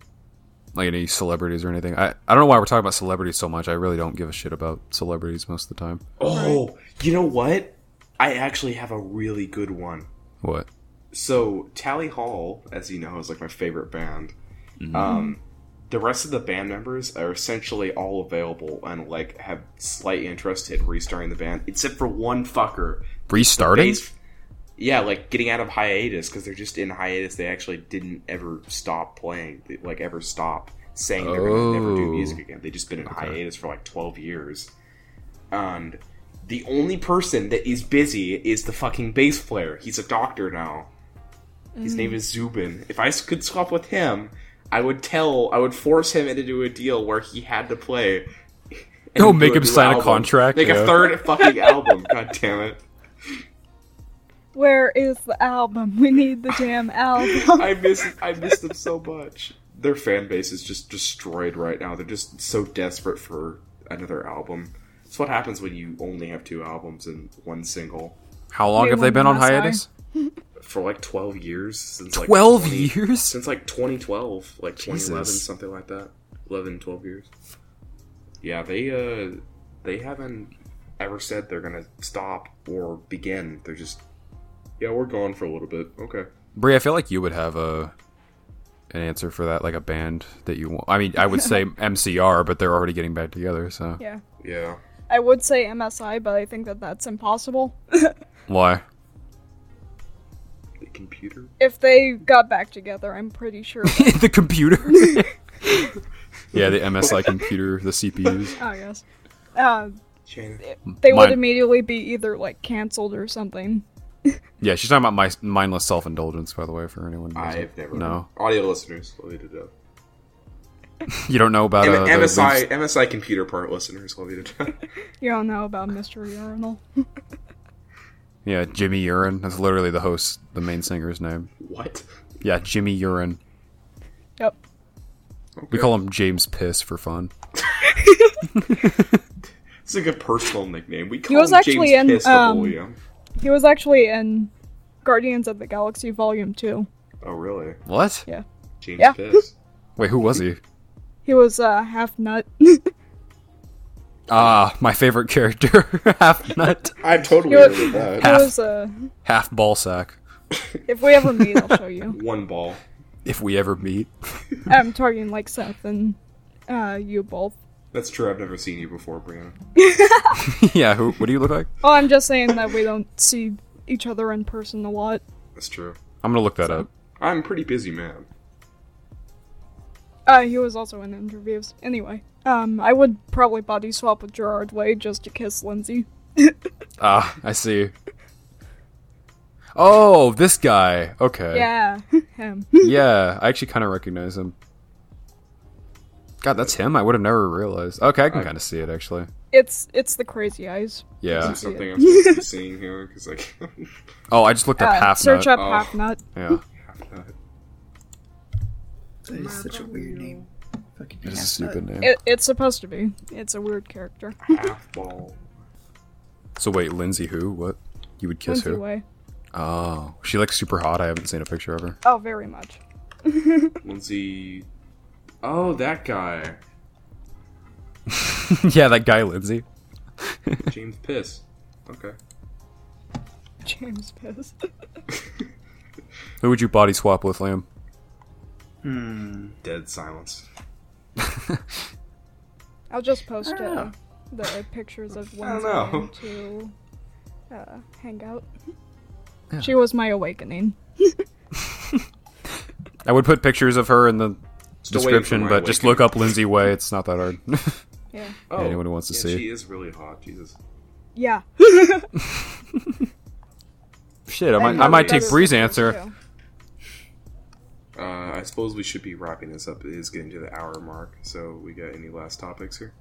Like any celebrities or anything. I, I don't know why we're talking about celebrities so much. I really don't give a shit about celebrities most of the time. Oh, you know what? I actually have a really good one. What? So Tally Hall, as you know, is like my favorite band. Um, the rest of the band members are essentially all available and like have slight interest in restarting the band, except for one fucker. Restarting? Bass- yeah, like getting out of hiatus because they're just in hiatus. They actually didn't ever stop playing, they, like ever stop saying they're going to never do Oh. music again. They've just been in hiatus for like twelve years, and the only person that is busy is the fucking bass player. He's a doctor now. His name is Zubin. If I s- could swap with him, I would tell, I would force him into do a deal where he had to play. and Oh, do make him new sign a contract, Make yeah. a third fucking album. God damn it! Where is the album? We need the damn album. I miss, I miss them so much. Their fan base is just destroyed right now. They're just so desperate for another album. It's what happens when you only have two albums and one single How long Wait, have they when been on was I? hiatus? for like twelve years since like 12 20 years? since like 2012 like 2011 Jesus. something like that 11 12 years yeah they uh they haven't ever said they're gonna stop or begin they're just yeah we're gone for a little bit okay Brie, I feel like you would have a an answer for that, like a band that you want. I mean, I would say MCR, but they're already getting back together, so. yeah. yeah I would say MSI, but I think that that's impossible. Why? the computer if they got back together, I'm pretty sure. the computer. yeah, the MSI computer, the CPUs. I guess. Uh, Shannon. they would Mine- immediately be either like canceled or something. Yeah, she's talking about my mindless self indulgence, by the way, for anyone. who doesn't i've never No, audio listeners let me to death you don't know about uh, the- msi msi computer part listeners let me to death You don't know about Mr. Urinal. yeah, Jimmy Urine. That's literally the host, the main singer's name. what Yeah, Jimmy Urine. Yep. We call him James Piss for fun. It's like a personal nickname. We call was him actually James in, Piss the um, William. He was actually in Guardians of the Galaxy Volume 2. Oh really? What? Yeah. James Yeah. Piss. Wait, who was he? He was uh, half nut. Ah, my favorite character, half nut, I'm totally You know- into that. He Half. was uh, half ball sack. if we ever meet, I'll show you. One ball. If we ever meet, I'm talking like Seth and uh, you both. That's true. I've never seen you before, Brianna. yeah. Who? What do you look like? Oh, I'm just saying that we don't see each other in person a lot. That's true. I'm gonna look that up. I'm a pretty busy man. Uh, he was also in interviews. Anyway, um, I would probably body swap with Gerard Way just to kiss Lindsay. Ah, I see. Oh, this guy. Okay. Yeah, him. Yeah, I actually kind of recognize him. God, that's him. I would have never realized. Okay, I can kind of see it actually. It's it's the crazy eyes. Yeah. Is there something I'm supposed to be seeing here? Because like, Oh, I just looked up Uh, half search nut. up Oh. half nut. Yeah. That is such a weird name. Fucking It is a half nut. stupid name. It, it's supposed to be. It's a weird character. half ball. So wait, Lindsay who? What? You would kiss Lindsay who? Way. Oh, she looks super hot. I haven't seen a picture of her. Oh, very much. Lindsay. Oh, that guy. yeah, that guy Lindsay. James Piss. Okay. James Piss. Who would you body swap with, Liam? Hmm. Dead silence. I'll just post don't uh, Ah. know. the pictures of I don't Lindsay know. and to uh, hang out. She was my awakening. I would put pictures of her in the Still waiting for description, my but just look awakening. up Lindsay Way. It's not that hard. Yeah. Oh, anyone who wants to yeah, see. She is really hot. Jesus. Yeah. Shit, I might, I love might these. take Bree's answer. Too. Uh, I suppose we should be wrapping this up. It is getting to the hour mark. So, we got any last topics here?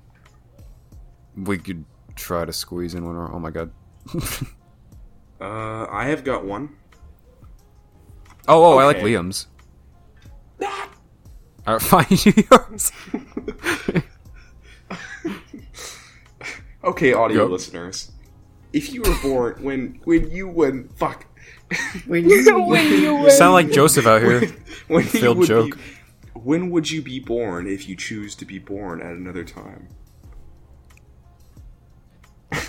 We could try to squeeze in one. Or, oh my god. Uh, I have got one. Oh, oh, I like Okay. Liam's. All right, fine, you do yours. Okay, audio Yep. listeners. If you were born when when you when fuck When you when you You sound were like Joseph out here. when you Failed would joke. Be, when would you be born if you choose to be born at another time?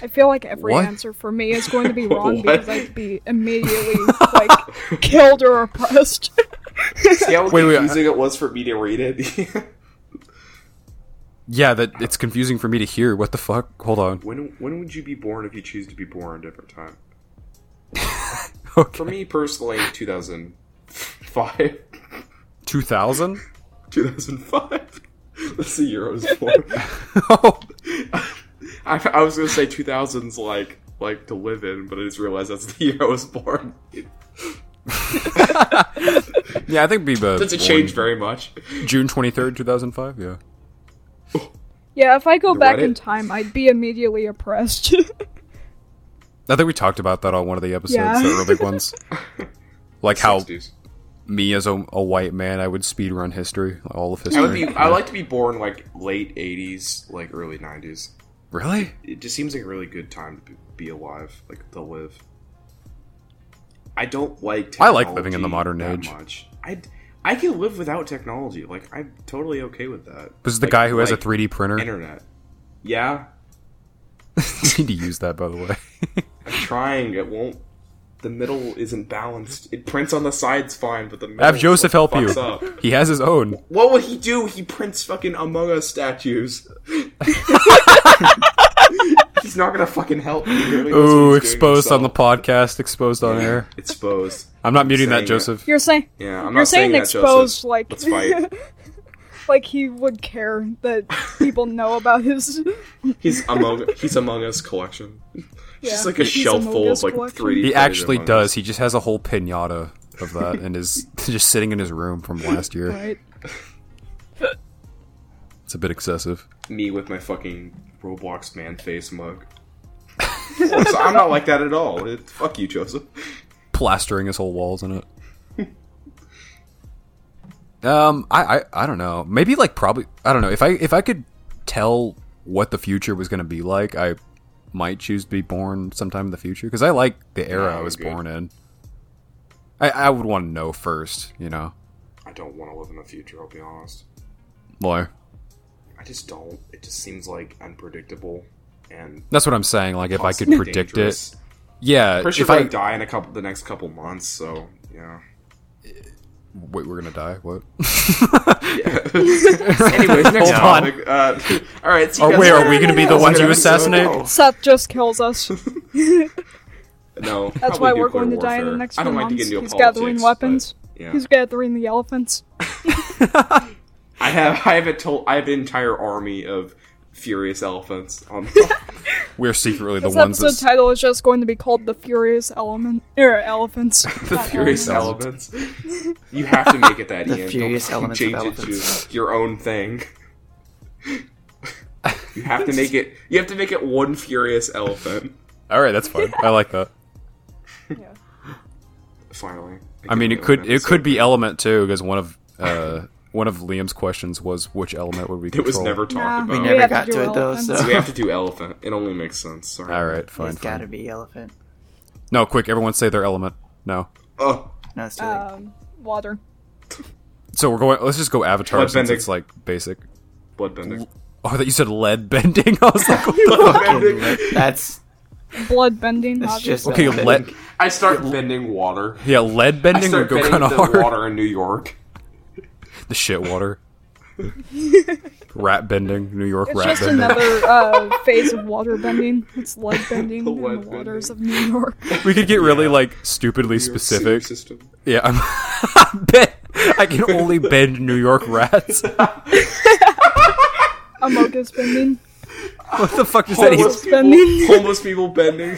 I feel like every What? answer for me is going to be wrong What? because I'd be immediately like killed or oppressed. See how Wait, wait, confusing it was for me to read it. Yeah, that it's confusing for me to hear. What the fuck? Hold on. when when would you be born if you choose to be born at a different time? For Okay. me personally, two thousand five. 2000? 2005. That's the year I was born. Oh. I, I was gonna say 2000s like like to live in, but I just realized that's the year I was born. It Yeah, I think it'd be uh, doesn't born change very much. June 23rd, 2005? Yeah. Yeah, if I go back in Reddit? time, I'd be immediately oppressed. I think we talked about that on one of the episodes, Yeah. the early ones. Like how 60s. me as a, a white man, I would speedrun history, all of history. I would be. I like to be born like late 80s, like early 90s. really? It just seems like a really good time to be- be alive, like to live. I don't like. I like living in the modern technology that age. Much. I I can live without technology. Like I'm totally okay with that. This is the Like- guy who has a like 3D printer. internet. Yeah, You need to use that, by the way. I'm trying. It won't. The middle isn't balanced. It prints on the sides fine, but the middle Have Joseph help you. fucks up. He has his own. What will he do? He prints fucking Among Us statues. He's not gonna fucking help me. He really knows what Ooh, he's doing exposed on the himself. podcast, exposed on air. Exposed. I'm not muting saying that, it. Joseph. You're saying Yeah, I'm you're not saying, saying, that, exposed Joseph. like Let's fight. like he would care that people know about his He's among. He's Among Us collection. It's Just Yeah, like a he's shelf Among full of Us like collection. 3D. He printed actually Among does. Us. He just has a whole pinata of that and is just sitting in his room from last year. right. It's a bit excessive. Me with my fucking Roblox man face mug. Of course, I'm not like that at all. It- fuck you, Joseph. Plastering his whole walls in it. um, I, I I don't know. Maybe like probably I don't know. If I if I could tell what the future was going to be like, I might choose to be born sometime in the future because I like the era Yeah, I was good. born in. I, I would want to know first, you know. I don't want to live in the future. I'll be honest. Why? I just don't. It just seems like unpredictable and That's what I'm saying. Like, if I could possibly predict it, dangerous. yeah. Pretty sure If we're I gonna die in a couple the next couple months. So yeah. wait, we're gonna die. What? Anyways, next Hold on. topic. Uh, all right. So Or you guys- wait, are we gonna be the That's ones good you episode. Oh. assassinate? No. Seth just kills us. No, That's probably why we're nuclear going to die in the warfare. next I few don't like to months. get into He's politics, gathering but, weapons. yeah. He's gathering the elephants. I have I have a total I have an entire army of furious elephants. On the- We're secretly the This ones episode that. title is just going to be called "The Furious Element" or "Elephants." the Not furious elements. elements. You have to make it that Ian. furious Don't elements of change it elephants. to your own thing. You have to make it. You have to make it one furious elephant. All right, that's fine. I like that. Finally, I mean, it get could an it could episode. be element too, because one of uh, one of Liam's questions was which element would we It control. was never Nah, talked we about. never have got do to it, though, elephants. so- we have to do elephant. It only makes sense. Sorry. All right, fine. it's fine. gotta be elephant. No, quick, everyone say their element. No. Oh, No, it's too late. Um, water. So we're going. Let's just go Avatar Blood since bending. it's like basic. bloodbending. Oh, I thought you said lead bending. I was like, what Oh. the fuck? That's Blood bending. that's just Okay, elephant. lead. I start bending water. Yeah, lead I bending would start go bending kind of the hard. water in New York. The shit water. rat bending, New York It's rat just bending. another uh, phase of water bending. It's lead bending in Lead the bending. waters of New York. We could get really like stupidly specific. System. Yeah, I'm. I bet I can only bend New York rats. what Amogus bending. the fuck does that? Homeless Even... Homeless people, bending.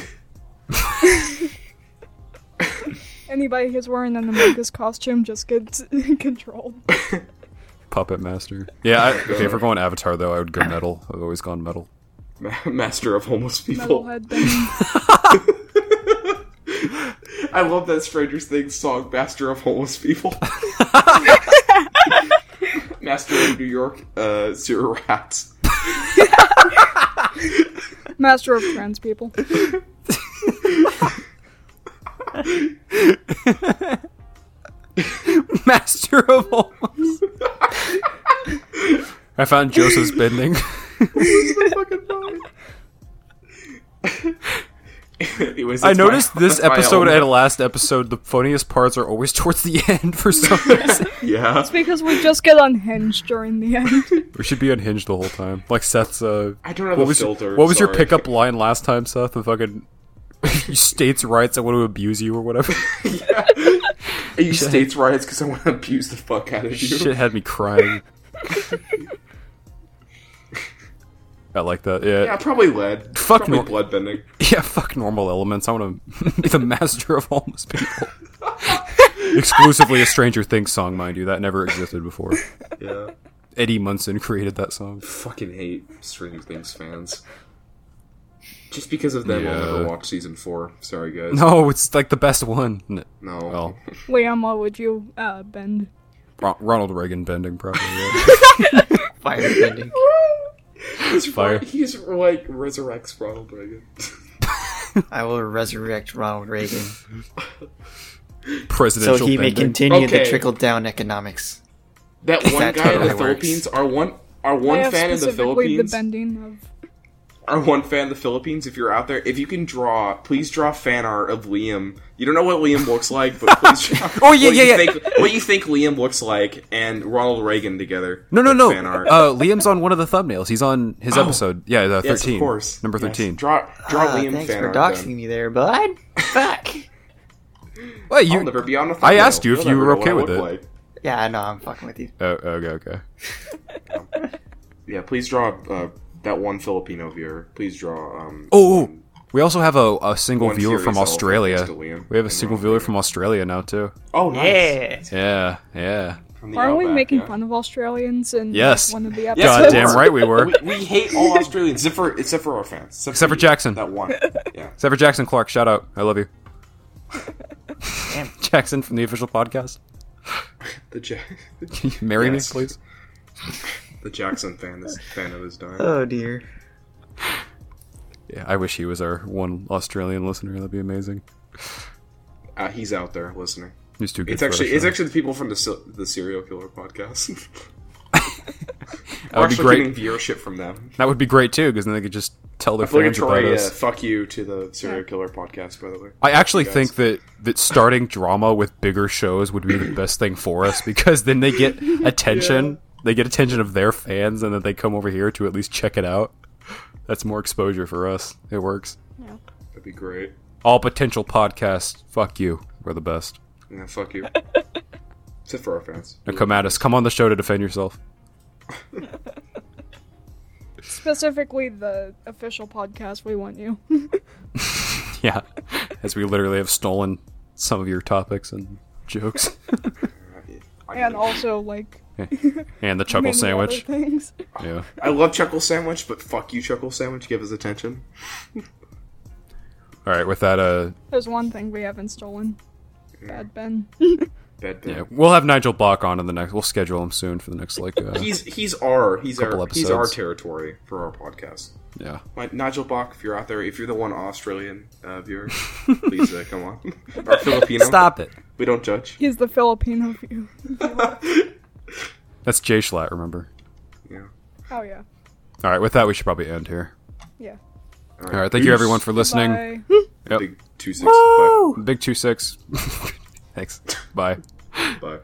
homeless people bending. Anybody who's wearing an Amogus costume just gets controlled. Puppet master. Yeah. I, okay, if we're going Avatar though, I would go metal. I've always gone metal. Ma- Master of homeless people. Metalhead bending. I love that Stranger Things song, Master of Homeless People. Master of New York, uh, Zero Rats. Master of trans people. Master of Alms. I found Joseph's bending. Anyways, I that's my- noticed this that's my episode element. and last episode, the funniest parts are always towards the end for some reason. Yeah. Because we just get unhinged during the end. we should be unhinged the whole time. Like Seth's. Uh, I don't have what a was, filter. What was your sorry. pickup line last time, Seth? The fucking states' rights. I want to abuse you or whatever. Are you states' rights because I want to abuse the fuck out of you. Shit had me crying. I like that. Yeah. Yeah, probably lead. Fuck probably no. bloodbending. Yeah, fuck normal elements. I want to be the master of homeless people. Exclusively a Stranger Things song, mind you. That never existed before. Yeah. Eddie Munson created that song. Fucking hate Stranger Things fans. Just because of them, Yeah. I'll never watch season four. Sorry, guys. No, it's like the best one. N- No. Well, Liam, what would you uh, bend? Ro- Ronald Reagan bending, probably. yeah. fire bending. He's fire. He's like resurrects Ronald Reagan. I will resurrect Ronald Reagan so Presidential he may bending. continue the Okay. trickle down economics. That one That's guy in how the it works. Philippines, our one, our I one have fan in the specifically Philippines, the bending of our one fan in the Philippines. If you're out there, if you can draw, please draw fan art of Liam. You don't know what Liam looks like, but please draw. Oh, yeah, what yeah, you yeah. Think, what you think Liam looks like and Ronald Reagan together? no, no, Like no. Fan art. Oh. Uh, Liam's on one of the thumbnails. He's on his episode. Yeah, uh, 13. yes, of course. Number Yes. 13. Draw, draw Ah, Liam thanks fan for art. then. doxing me there, bud. Fuck. Wait, I'll you. never be on a I thumbnail. asked you if You'll you never were know okay what I with look it. like. Yeah, I know. I'm fucking with you. Oh, okay, okay. Yeah, please draw uh, that one Filipino viewer. Please draw. Um, Oh, we also have a, a single One viewer furious from elephant Australia. next to Liam We have a and single Ronald viewer Reagan. from Australia now, too. Oh, nice. Yeah. Yeah, yeah. From the Aren't we outback, making yeah. fun of Australians in like, Yes. one of the Yes, God episodes? damn right we were. We, we hate all Australians except for except for our fans. Except, Except for you. Jackson. That one. Yeah. Except for Jackson Clark. Shout out. I love you. Damn. Jackson from the official podcast. The Jack. Marry Yes. me, please. The Jackson fan is Phantom is dying. Uh. Oh dear. Yeah, I wish he was our one Australian listener. That'd be amazing. Uh, he's out there listening. He's too good. It's for actually our it's show. actually the people from the se- the serial killer podcast. that We're would be actually great. getting viewership from them. That would be great too, because then they could just tell their I feel like fans about Troy, uh, us. fuck you to the serial killer podcast. By the way, I actually guys. think that that starting drama with bigger shows would be the best thing for us because then they get attention. They get attention of their fans, and then they come over here to at least check it out. That's more exposure for us. It works. that'd be great. All potential podcasts. Fuck you. We're the best. Yeah, fuck you. Except for our fans. Now come at us. Come on the show to defend yourself. Specifically, the official podcast. We want you. Yeah, as we literally have stolen some of your topics and jokes I, and also like and the chuckle many sandwich. other things. Yeah. I love Chuckle Sandwich, but fuck you, Chuckle Sandwich. Give us attention. All right. With that, uh, There's one thing we haven't stolen. Bad Ben. Bad yeah, Ben. we'll have Nigel Bach on in the next. We'll schedule him soon for the next like. Uh, He's he's our he's Couple our he's our episodes. territory for our podcast. yeah. My, Nigel Bach, if you're out there, if you're the one Australian uh, viewer, please uh, come on. Or Filipino. Stop it. We don't judge. He's the Filipino view. That's Jay Schlatt, remember? Yeah. Oh yeah. All right, with that, we should probably end here. Yeah. All right, thank you everyone for listening. Bye. Yep. Big two six. Bye. Big Two Six. Thanks. Bye. Bye.